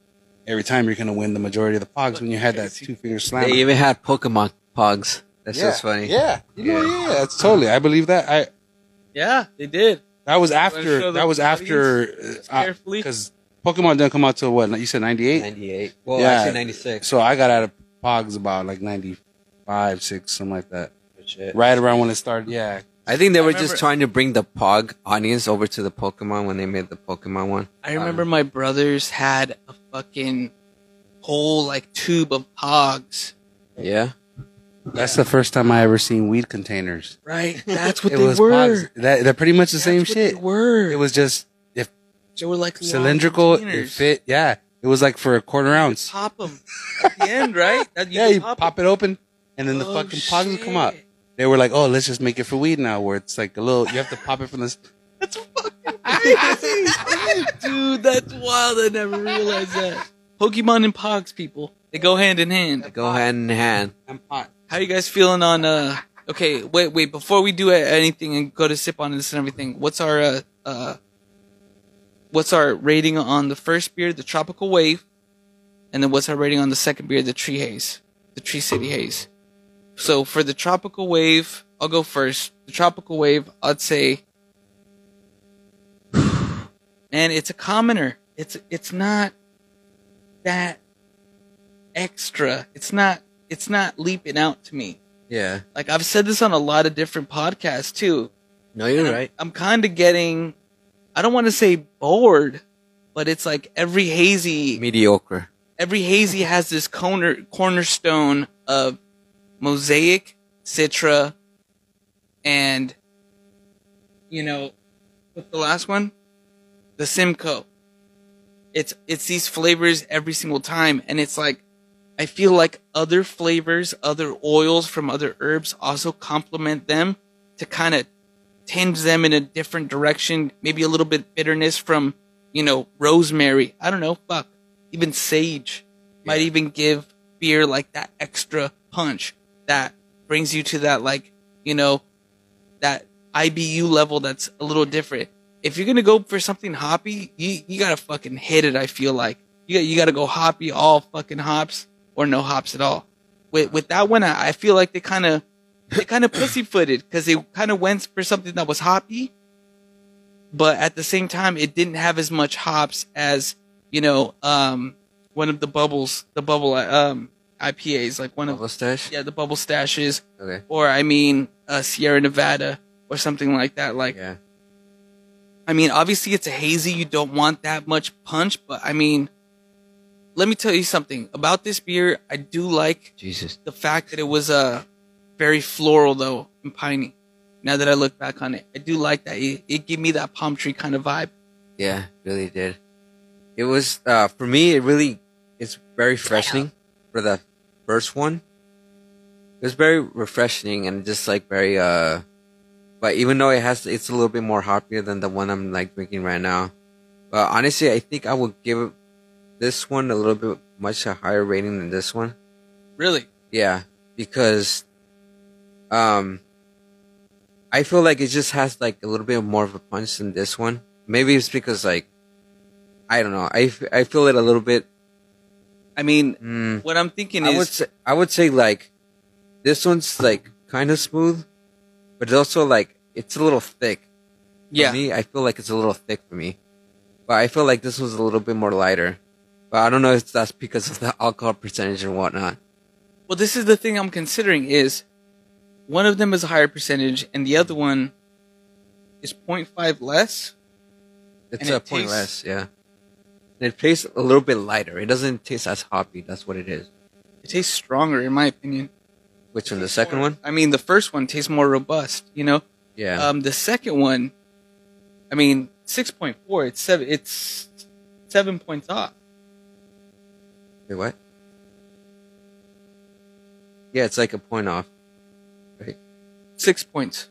Every time you're gonna win the majority of the pogs when you had that two finger slammer.
They even had Pokemon Pogs. That's just funny.
Yeah, you know, yeah, that's totally. I believe that. I
Yeah, they did.
that was
Wanna show
after
the
that was after
carefully?
because Pokemon didn't come out till what you said ninety eight.
98. Well,
Yeah.
actually 96.
So I got out of Pogs about like 95, 6, something like that. Right around when it started. Yeah.
I think they were
remember-
just trying to bring the Pog audience over to the Pokemon when they made the Pokemon one.
I remember my brothers had a fucking whole like tube of pogs.
Yeah.
That's the first time I ever seen weed containers.
Right. That's what
it
they
was
were.
pods. That, they're pretty much the
That's
same
what
shit.
They were.
It was just if
they were like long
cylindrical, it
containers.
fit. Yeah, it was like for a quarter ounce.
Pop them at the end, right? That
yeah,
could
you pop,
'em.
it open, and then the
Oh,
fucking pogs would come
shit.
out. They were like, "Oh, let's just make it for weed now," where it's like a little. You have to pop it from this.
That's fucking crazy. Dude, that's wild. I never realized that. Pokemon and Pogs, people. They go hand in hand.
Go hand in hand.
How you guys feeling on uh okay, wait, wait, before we do anything and go to sip on this and everything, what's our uh uh what's our rating on the first beer, the tropical wave? And then what's our rating on the second beer, the tree haze? The tree city haze. So for the tropical wave, I'll go first. The tropical wave, I'd say and it's a commoner. It's it's not that extra. It's not it's not leaping out to me.
Yeah.
Like I've said this on a lot of different podcasts too.
No, you're
I'm-
right.
I'm kind of getting I don't want to say bored, but it's like every hazy
Mediocre.
every hazy has this corner cornerstone of mosaic, citra, and you know, what's the last one? The Simcoe. It's it's these flavors every single time, and it's like I feel like other flavors, other oils from other herbs also complement them to kind of tinge them in a different direction. Maybe a little bit bitterness from you know rosemary. I don't know. Fuck even sage might even give beer like that extra punch that brings you to that like you know that IBU level that's a little different. If you're gonna go for something hoppy, you you gotta fucking hit it. I feel like you got you gotta go hoppy, all fucking hops or no hops at all. With with that one, I, I feel like they kind of they kind of pussyfooted because they kind of went for something that was hoppy, but at the same time, it didn't have as much hops as you know um one of the bubbles, the bubble uh, um IPAs, like one of
Double stash?
yeah the bubble stashes
Okay.
or I mean uh, Sierra Nevada or something like that. Like,
Yeah.
I mean, obviously it's a hazy. You don't want that much punch, but I mean, let me tell you something about this beer. I do like
Jesus.
the fact that it was uh, very floral though and piney. Now that I look back on it, I do like that. It, it gave me that palm tree kind of vibe.
Yeah, really did. It was uh for me it really it's very freshening for the first one. It was very refreshing and just like very uh but even though it has it's a little bit more hoppier than the one I'm like drinking right now. But honestly I think I would give this one a little bit much a higher rating than this one.
Really,
Yeah, because um I feel like it just has like a little bit more of a punch than this one. Maybe it's because like I don't know. I, f- I feel it a little bit.
I mean,
Mm,
what I'm thinking
I
is
would say, I would say like this one's like kind of smooth, but it's also like it's a little thick. For
yeah,
me, I feel like it's a little thick for me. But I feel like this was a little bit more lighter. But I don't know if that's because of the alcohol percentage or whatnot.
Well, this is the thing I'm considering is one of them is a higher percentage and the other one is 0.5 less.
It's
And
a
it
point
tastes-
less, yeah. And it tastes a little bit lighter. It doesn't taste as hoppy. That's what it is.
It tastes stronger in my opinion.
Which one? The second one?
I mean, the first one tastes more robust, you know?
Yeah.
Um, the second one, I mean, 6.4, it's seven, it's seven points off.
Wait, what? Yeah, it's like a point off.
Six points.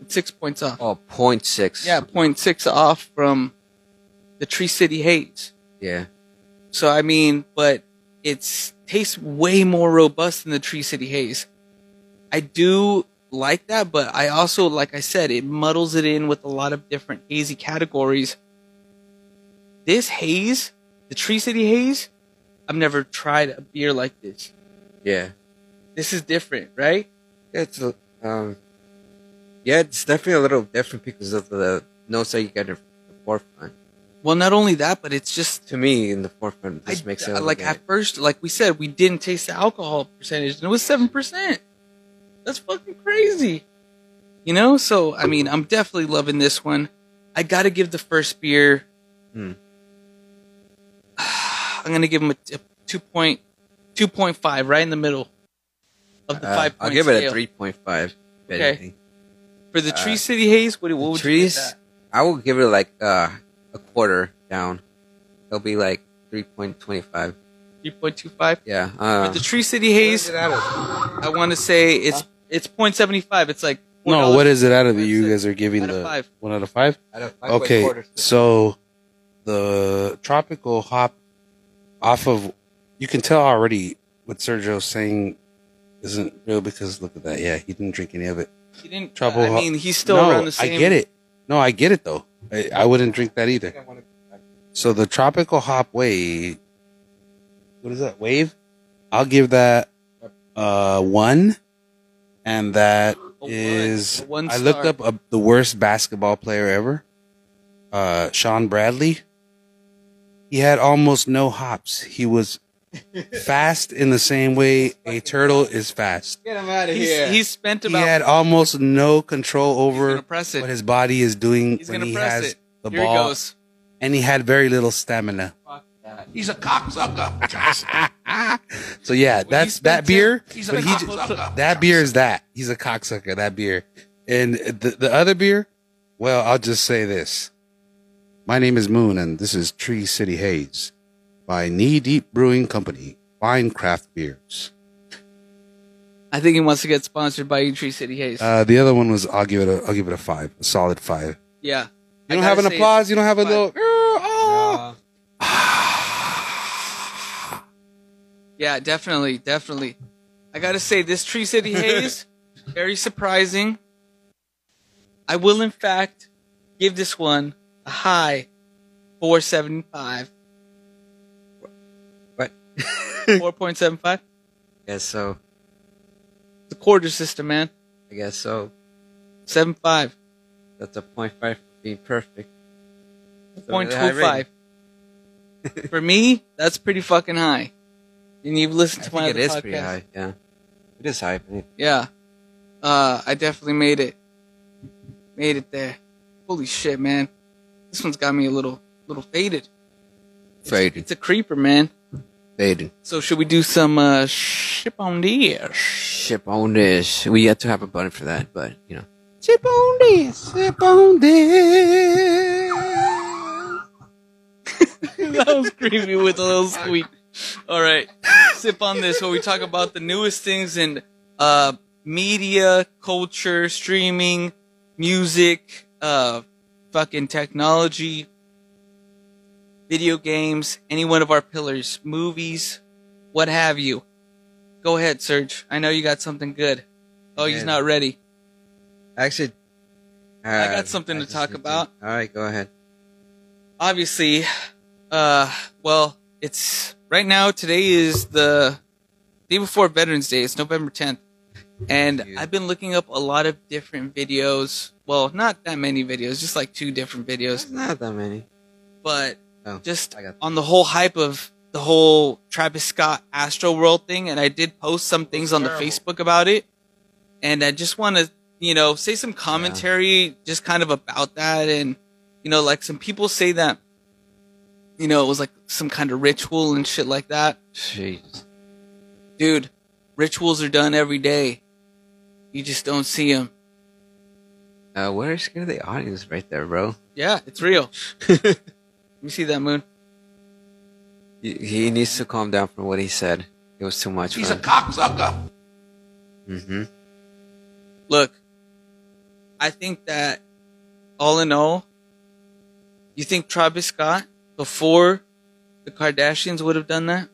It's six points off.
Oh, point six.
Yeah, 0.6 off from the Tree City Haze.
Yeah.
So I mean, but it's tastes way more robust than the Tree City Haze. I do like that, but I also, like I said, it muddles it in with a lot of different hazy categories. This haze, the Tree City Haze, I've never tried a beer like this.
Yeah.
This is different, right?
Yeah, it's a, um. Yeah, it's definitely a little different because of the notes that you get in the forefront.
Well, not only that, but it's just
To me, in the forefront, this
I-
makes
I-
it a
like
little
at
bit-
first, like we said, we didn't taste the alcohol percentage, and it was seven percent. That's fucking crazy, you know. So I mean, I'm definitely loving this one. I gotta give the first beer.
Hmm.
I'm gonna give him a, a two point two point five, right in the middle of the
Uh,
five.
I'll
point
give it a
scale.
three point five. if
Okay.
anything.
for the
uh,
Tree City Haze. What, what would
trees,
You give that?
I will give it like uh, a quarter down. It'll be like three point twenty five.
Three point two five.
Yeah. Uh,
For the Tree City Haze,
Get out of here.
I want to say it's it's point seventy five. It's like
No, what is it out of the you
Six.
guys are giving
Out of
the
five.
one out of five?
Out of five
Okay,
quarters.
so the tropical hop off of you can tell already what Sergio's saying isn't real because look at that. Yeah, he didn't drink any of it.
He didn't.
Trouble-
I mean, he's still
no,
around the same.
I get it. No, I get it though. I, I wouldn't drink that either.
I wanna-
So the tropical hop wave, what is that wave? I'll give that uh one, and that
A one.
is
A one
I looked
star.
up a, the worst basketball player ever, uh Sean Bradley. He had almost no hops. He was fast in the same way a turtle is fast.
Get him out of
He's,
here.
he's spent
He
about.
had almost no control
he's gonna
over
press
what
it.
his body is doing
He's
when
gonna
he
press
has
it.
the
Here he
ball,
goes.
and he had very little stamina.
He's a cocksucker.
So yeah,
he
that's
spent ten-
that beer.
He's a
But he j-
cocksucker.
that beer is that. He's a cocksucker. That beer, and the the other beer. Well, I'll just say this. My name is Moon, and this is Tree City Haze by Knee Deep Brewing Company. Fine craft beers.
I think he wants to get sponsored by Tree City Haze.
Uh, the other one was I'll give it a I'll give it a five, a solid five.
yeah.
You don't have an applause. You don't have a
five.
little. "Oh."
Uh,
Yeah, definitely, definitely. I gotta say, this Tree City Haze, very surprising. I will, in fact, give this one a high 475.
What?
4.75?
I guess so.
The quarter system, man.
I guess so.
75.
That's a point five for being perfect. So
Point
they're high
two five. For me, that's pretty fucking high. And you've listened
I
to my
think it
other
is
podcast.
pretty high. Yeah, it is high. but it-
Yeah. Uh, I definitely made it. Made it there. Holy shit, man. This one's got me a little, little faded.
Faded,
It's a creeper, man.
faded.
So should we do some uh ship on the air?
Ship on this. We had to have a button for that, but you know.
Sip on this. Sip on this.
that was creepy with a little squeak. All right, sip on this. Where we talk about the newest things in uh, media, culture, streaming, music, uh, fucking technology, video games, any one of our pillars, movies, what have you. Go ahead, Serge. I know you got something good. Oh, he's
Yeah.
not ready.
Actually,
I got
uh,
something to
just
talk
need
about.
All right, go ahead.
obviously uh well it's right now today is the day before veterans day it's november 10th and
you.
i've been looking up a lot of different videos well not that many videos just like two different videos
There's not that many.
but
Oh,
just
I got-
on the whole hype of the whole Travis Scott Astro World thing, and I did post some things on the
terrible.
Facebook about it, and I just want to you know say some commentary just kind of about that, and you know like some people say that you know it was like some kind of ritual and shit like that
Jeez.
dude, rituals are done every day. You just don't see them.
Uh, where is gonna the audience right there, bro?
Yeah, it's real. you see that moon?
He, he needs to calm down from what he said. It was too much.
He's
For
a
him.
cocksucker.
hmm
look, I think that all in all, you think Travis Scott before the Kardashians would have done that?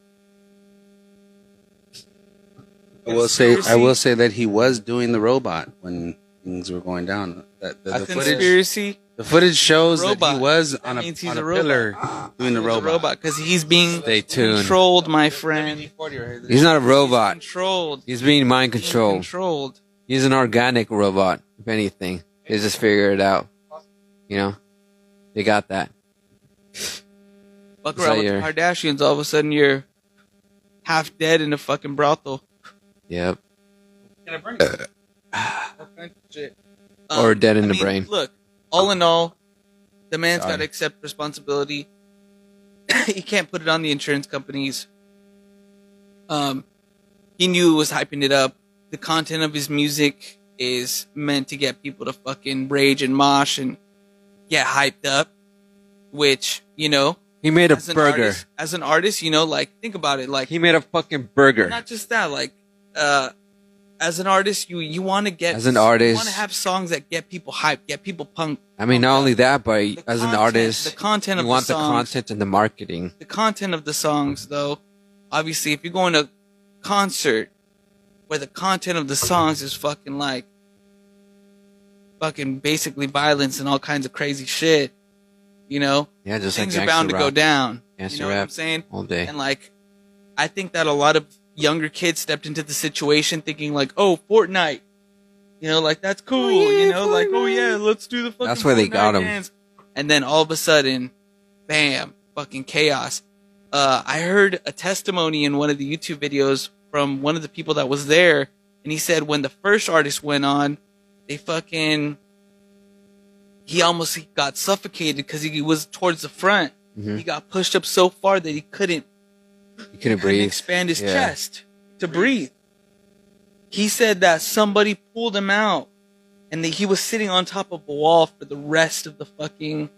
I will say I will say that he was doing the robot when things were going down. That, the,
I
the
think
footage
Conspiracy
the footage shows that
Robot.
he was on a,
means he's
on
a
a,
robot.
pillar doing the
is a
robot.
robot because he's being
Stay tuned.
controlled, my friend.
WD-40 right here.
He's not a robot.
Controlled.
He's being mind
Being
controlled.
Controlled.
He's an organic robot. If anything, they just figure it out. You know, they got that.
Fuck
Is
around
that
with
your-
the Kardashians. All of a sudden, you're half dead in a fucking brothel.
Yep.
Can I bring it? All kinds of shit.
Um,
or dead in
I
the
mean,
brain.
Look, all in all, the man's
Sorry.
got to accept responsibility. he can't put it on the insurance companies. Um, he knew it was hyping it up. The content of his music is meant to get people to fucking rage and mosh and get hyped up, which you know,
He made a
as an
burger.
artist, as an artist, you know, like think about it, like
He made a fucking burger.
not just that, like uh, as an artist, you you want to get
As an
you
artist.
want to have songs that get people hyped, get people punked.
I mean, not only that, but
The
as an
content-
artist,
the content
you
of
want
the
the
songs,
content and the marketing.
the content of the songs though obviously if you're going to concert where the content of the songs is fucking like fucking basically violence and all kinds of crazy shit you know
Yeah, just
things
like
are bound to
gangster
go
rap
down you
Gangsta
know what i'm
rap.
saying
all day.
and like i think that a lot of younger kids stepped into the situation thinking like oh fortnite you know like that's cool you know like oh yeah let's do the fucking
That's where they
Fortnite
got 'em.
dance. and then all of a sudden bam fucking chaos uh, i heard a testimony in one of the youtube videos from one of the people that was there and he said when the first artist went on they fucking he almost got suffocated because he was towards the front
Mhm.
he got pushed up so far that he couldn't
You couldn't
couldn't
breathe.
expand his
Yeah.
chest to breathe. He said that somebody pulled him out and that he was sitting on top of a wall for the rest of the fucking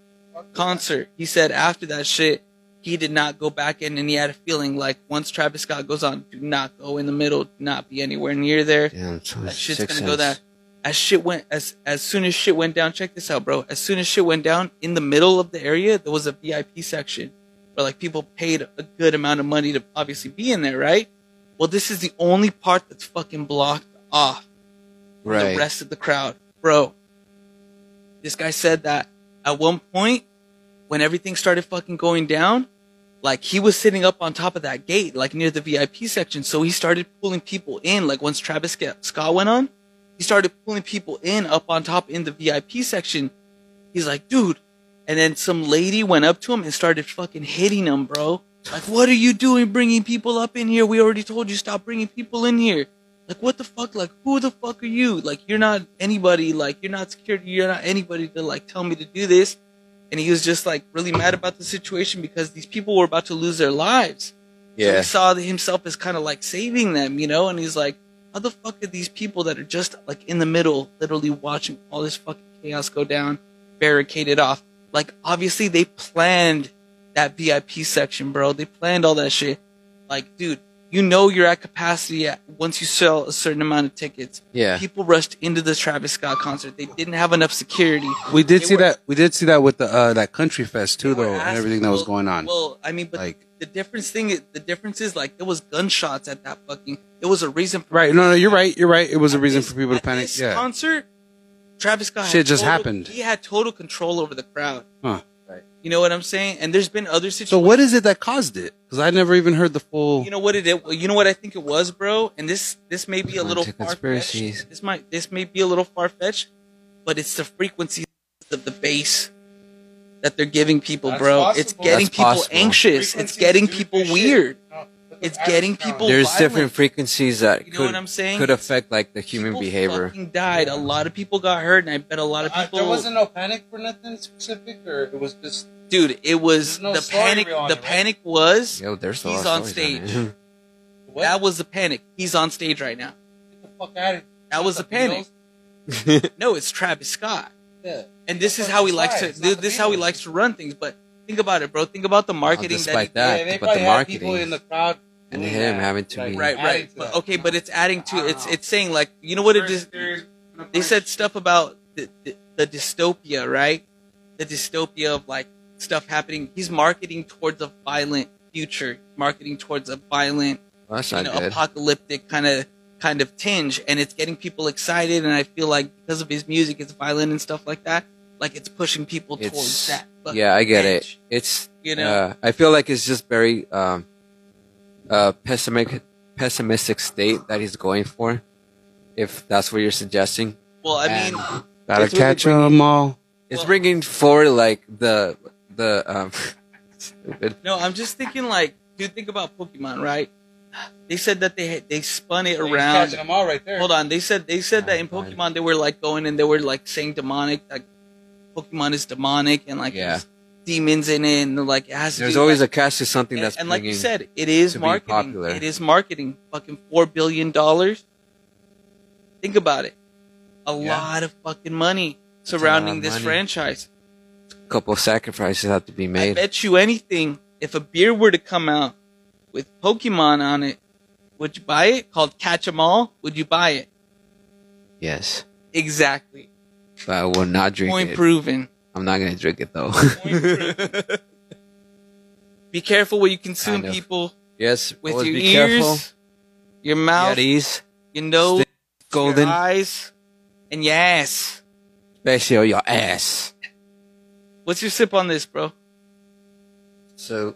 concert. He said after that shit, he did not go back in and he had a feeling like once Travis Scott goes on, do not go in the middle, do not be anywhere near there.
Damn, so
That
it's
shit's gonna
six cents.
go that as shit went as as soon as shit went down, check this out, bro. As soon as shit went down, in the middle of the area there was a VIP section where like people paid a good amount of money to obviously be in there, right? Well, this is the only part that's fucking blocked off from
Right.
the rest of the crowd. Bro, this guy said that at one point when everything started fucking going down, like he was sitting up on top of that gate, like near the VIP section. So he started pulling people in. Like once Travis Sc- Scott went on, he started pulling people in up on top in the VIP section. He's like, dude. And then some lady went up to him and started fucking hitting him, bro. Like, what are you doing bringing people up in here? We already told you stop bringing people in here. Like, what the fuck? Like, who the fuck are you? Like, you're not anybody. Like, you're not security. You're not anybody to, like, tell me to do this and he was just like really mad about the situation because these people were about to lose their lives. So he
Yeah.
saw that himself as kind of like saving them, you know, and he's like, how the fuck are these people that are just like in the middle, literally watching all this fucking chaos go down, barricaded off? Like, obviously, they planned that VIP section, bro. They planned all that shit. Like, dude, you know you're at capacity at, once you sell a certain amount of tickets.
Yeah.
People rushed into the Travis Scott concert. They didn't have enough security.
We did
They
see
were-
that. We did see that with the uh, that country fest too,
They were
though, and
asking-
everything that was
well-
going on.
Well, I mean, but
Like-
the difference thing, is- the difference is like it was gunshots at that fucking. It was a reason. For
Right? No, no, you're right. You're right. It was a
at
reason
this-
for people to
at
panic.
this
Yeah.
Concert. Travis Scott. had
Shit just
total-
happened.
He had total control over the crowd.
Huh.
Right.
You know what I'm saying? And there's been other situations.
So what is it that caused it? Because I never even heard the full.
You know what it is? You know what I think it was, bro. And this this may be a
Going
little
to
far
conspiracies.
fetched. This might this may be a little far fetched, but it's the frequency of the bass that they're giving people,
That's
bro.
possible.
It's getting
That's
people
possible.
anxious. It's
Frequencies
getting
do
people
this shit.
weird.
No, look
It's
at
getting
Alex
people-
now.
There's
violent.
different frequencies that
You know
could
what I'm saying?
could affect like the human
People
behavior.
Fucking died. A lot of people got hurt, and I bet a lot of
Uh,
people.
there wasn't no panic for nothing specific, or it was just
dude, it was
There's no
the
story
panic. The
behind it, right?
panic was
Yo, there's a
He's
lot
on
of stories
stage.
it.
what?
that was the panic. He's on stage right now.
Get the fuck out of here.
That was the
Shut
panic. No, it's Travis Scott.
Yeah.
and this
That's
is
what
how he
it's
likes
like.
to
It's not
this,
the
is how he
people.
likes to run things. But think about it, bro. Think about the marketing that, he
Oh, despite
Yeah,
that,
they
but the
probably had people
marketing.
in the crowd
And
doing
him
that,
having to
like,
be-
Right,
adding
right.
to
But
that.
okay, but it's adding
I
to
don't
it's
know.
it's saying like you know what it is.
Conspiracy theories, gonna
They
find
said
shit.
stuff about the, the the dystopia, right? The dystopia of like stuff happening. He's marketing towards a violent future, marketing towards a violent,
Well, that's
you
not
know,
good.
apocalyptic kind of kind of tinge, and it's getting people excited. And I feel like because of his music, it's violent and stuff like that. Like it's pushing people towards
It's
that. fucking
yeah, I get
edge.
it. It's
you know
uh, I feel like it's just very um, uh, pessimistic pessimistic state that he's going for. If that's what you're suggesting,
well i mean
Gotta
It's really
catch 'em all.
it's
Well-
bringing forward like the the um, stupid.
no i'm just thinking like dude think about pokemon right they said that they had- they spun it
He's
around
catching them all right there.
hold on they said they said that in
Alright.
pokemon they were like going and they were like saying demonic like pokemon is demonic and like
Yeah.
demons in it, and they're like, it has to
There's
do-
always
like,
a catch to something
and,
that's
and like you
bringing-
said, it is
to be
marketing.
popular.
It is marketing. Fucking four billion dollars. Think about it. A
Yeah.
lot of fucking money
of
surrounding this
money.
franchise.
a couple of sacrifices have to be
I
made.
bet you anything, if a beer were to come out with Pokemon on it, would you buy it? Called Catch 'Em All? Would you buy it?
Yes,
Exactly.
but I will not drink
Point
it.
proven.
I'm not gonna drink it though.
Point proven. Be careful what you consume,
Kind of.
people.
yes,
With
always
your
be
ears,
careful.
your mouth,
Yetis,
your nose,
Stick golden,
your eyes, and your ass.
especially on your ass.
What's your sip on this, bro?
So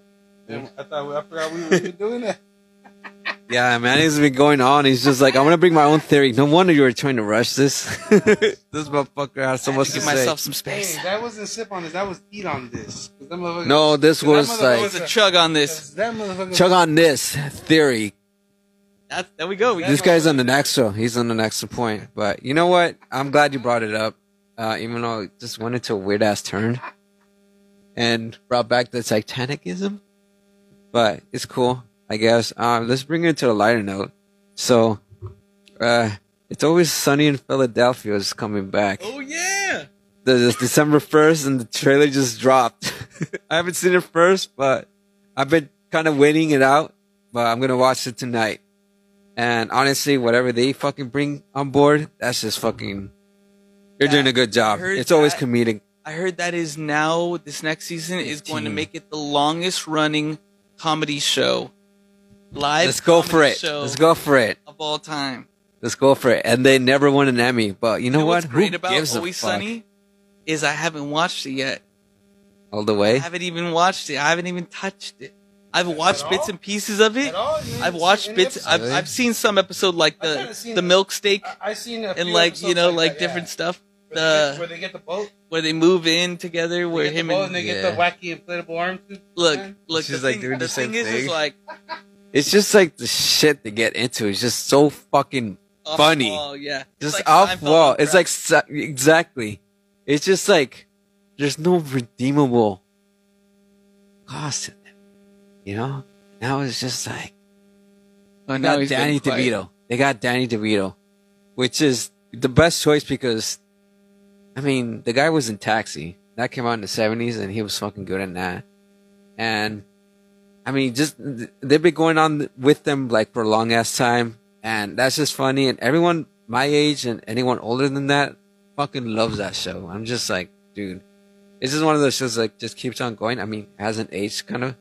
Damn, I thought I forgot we were even doing that.
yeah, man, it's been going on. He's just like, I'm gonna bring my own theory. No wonder you were trying to rush this. this motherfucker has so much to
Give
say.
myself some space.
Dang, that wasn't sip on this. That was eat on this. 'Cause that motherfucker-
No, this
That
was
motherfucker
like
There's a chug on this.
'cause that motherfucker.
chug on this theory.
That's, there we go. We
This
just
guy's on the next one. He's on the next point. But you know what? I'm glad you brought it up, uh, even though it just went into a weird ass turn and brought back the Titanicism. But it's cool, I guess. Um, let's bring it to a lighter note. So, uh, it's always sunny in Philadelphia is coming back.
Oh yeah.
The, the December first, and the trailer just dropped. I haven't seen it first, but I've been kind of waiting it out. But I'm gonna watch it tonight. And honestly, whatever they fucking bring on board, that's just fucking. You're doing a good job.
I heard
It's always
that.
comedic.
I heard that is now this next season is going to make it the longest running comedy show. Live.
Let's go
comedy
for it.
Show
Let's go for it.
of all time.
Let's go for it. And they never won an Emmy, but you know,
And
what?
What's great
Who
about
gives a
Always
fuck?
Sunny is I haven't watched it yet.
All the
I
way.
haven't even watched it. I haven't even touched it. I've watched
all?
bits and pieces of it.
At all? You ain't
I've
seen
watched
any
bits.
episode?
I've,
Really?
I've seen some episode like
I've kinda
the
seen
the
it.
milk steak
I, I seen a
and
few
like you
episodes
know
like
like,
that, yeah.
different stuff.
Where they get-
The
where they get the boat,
where they move in together,
they
where
get the
him
boat,
and
they get
Yeah.
the wacky inflatable arm. too.
look
man.
look.
She's,
the
like,
thing,
doing the
the
same
thing is, is
thing.
like
It's just like the shit they get into. It's just so fucking
off
Funny.
The wall, yeah,
just
like
off
Seinfeld
wall.
on
It's like sa-
crack.
exactly. It's just like there's no redeemable cost in them. You know. Now it's just like
Oh,
they
now
got
he's
Danny
getting quiet.
DeVito. They got Danny DeVito, which is the best choice because, I mean, the guy was in Taxi. That came out in the '70s, and he was fucking good in that. And I mean, just th- they've been going on with them like for a long ass time, and that's just funny. And everyone my age and anyone older than that fucking loves that show. I'm just like, dude, this is one of those shows like just keeps on going. I mean, hasn't aged kind of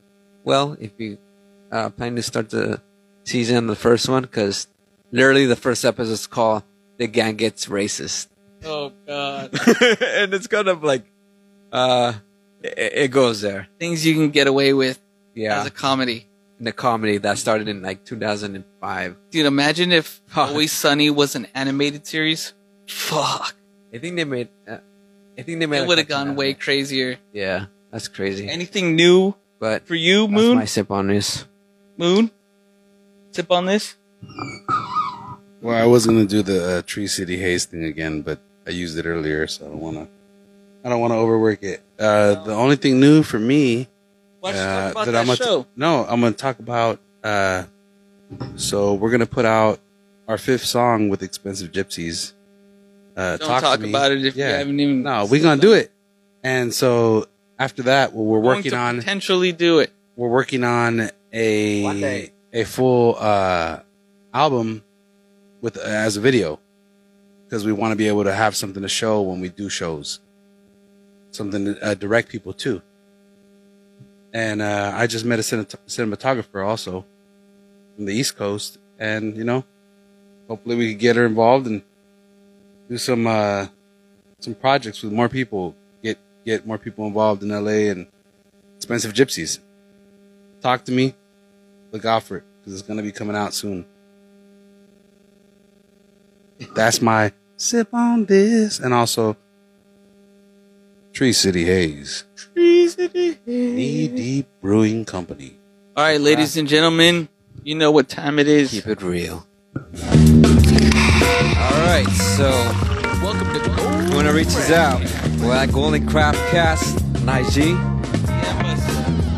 well if you uh, plan to start the season on the first one because literally the first episode is called "The Gang Gets Racist,"
Oh god,
and it's kind of like, uh, it, it goes there.
things you can get away with
Yeah,
as a comedy,
in the comedy that started in like 2005.
dude. Imagine if
Fuck.
Always Sunny was an animated series. Fuck,
I think they made. Uh, I think they made.
it
a
would have
couple
gone
of
way
them.
crazier.
Yeah, that's crazy.
Anything new
but
for you,
that's
Moon?
my sip on this.
Moon, sip on this.
Well, I was gonna do the uh, Tree City Haze thing again, but I used it earlier, so I don't wanna. I don't want to overwork it. Uh, The only thing new for me
Why don't you
uh,
talk about
that
that
I'm gonna t-
show?
no, I'm gonna talk about. Uh, so we're gonna put out our fifth song with Expensive Gypsies. Uh,
Don't talk,
to me.
about it if you
Yeah.
haven't even.
No, we're gonna do it. And so after that, what we're
Going
working
to
on,
potentially do it.
we're working on a a full uh, album with uh, as a video because we want to be able to have something to show when we do shows, something to uh, direct people to. And uh, I just met a cinemat- cinematographer also from the East Coast, and you know, hopefully we can get her involved and do some uh, some projects with more people, get get more people involved in LA and expensive gypsies talk to me. Look out for it because it's gonna be coming out soon. That's my sip on this, and also Tree City Haze, Knee Deep Brewing Company.
All right, ladies and gentlemen, you know what time it is.
Keep it real. All right, so.
Welcome to.
You want to reach us out? We're at Golden Craft Cast on IG.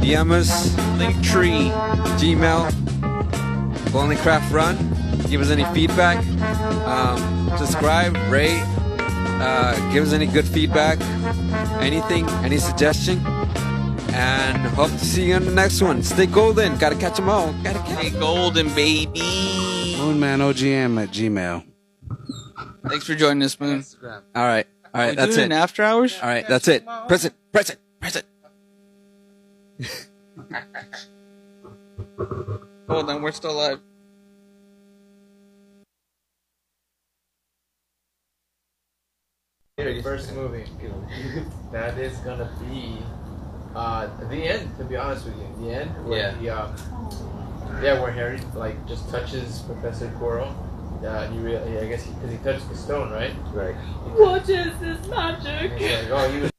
DMs,
Link tree.
Gmail, Lonely Craft Run. Give us any feedback. Um, subscribe, rate, uh, give us any good feedback, anything, any suggestion. And hope to see you on the next one. Stay golden. Gotta catch 'em all. Gotta catch 'em
Hey, golden baby.
MoonmanOGM at Gmail.
Thanks for joining us, Moon.
All right. All
We
right.
do
That's
in
it. All
after hours.
right. That's it. Press it. Press it. Press it.
Hold on, Oh, we're still alive.
first movie that is gonna be uh, the end. To be honest with you, the end. Where
Yeah.
He, uh, yeah, where Harry like just touches Professor Quirrell. Uh, you rea- yeah, I guess because he, touched the stone, right? Right. He touched-
What is this magic?
and he's like, oh, you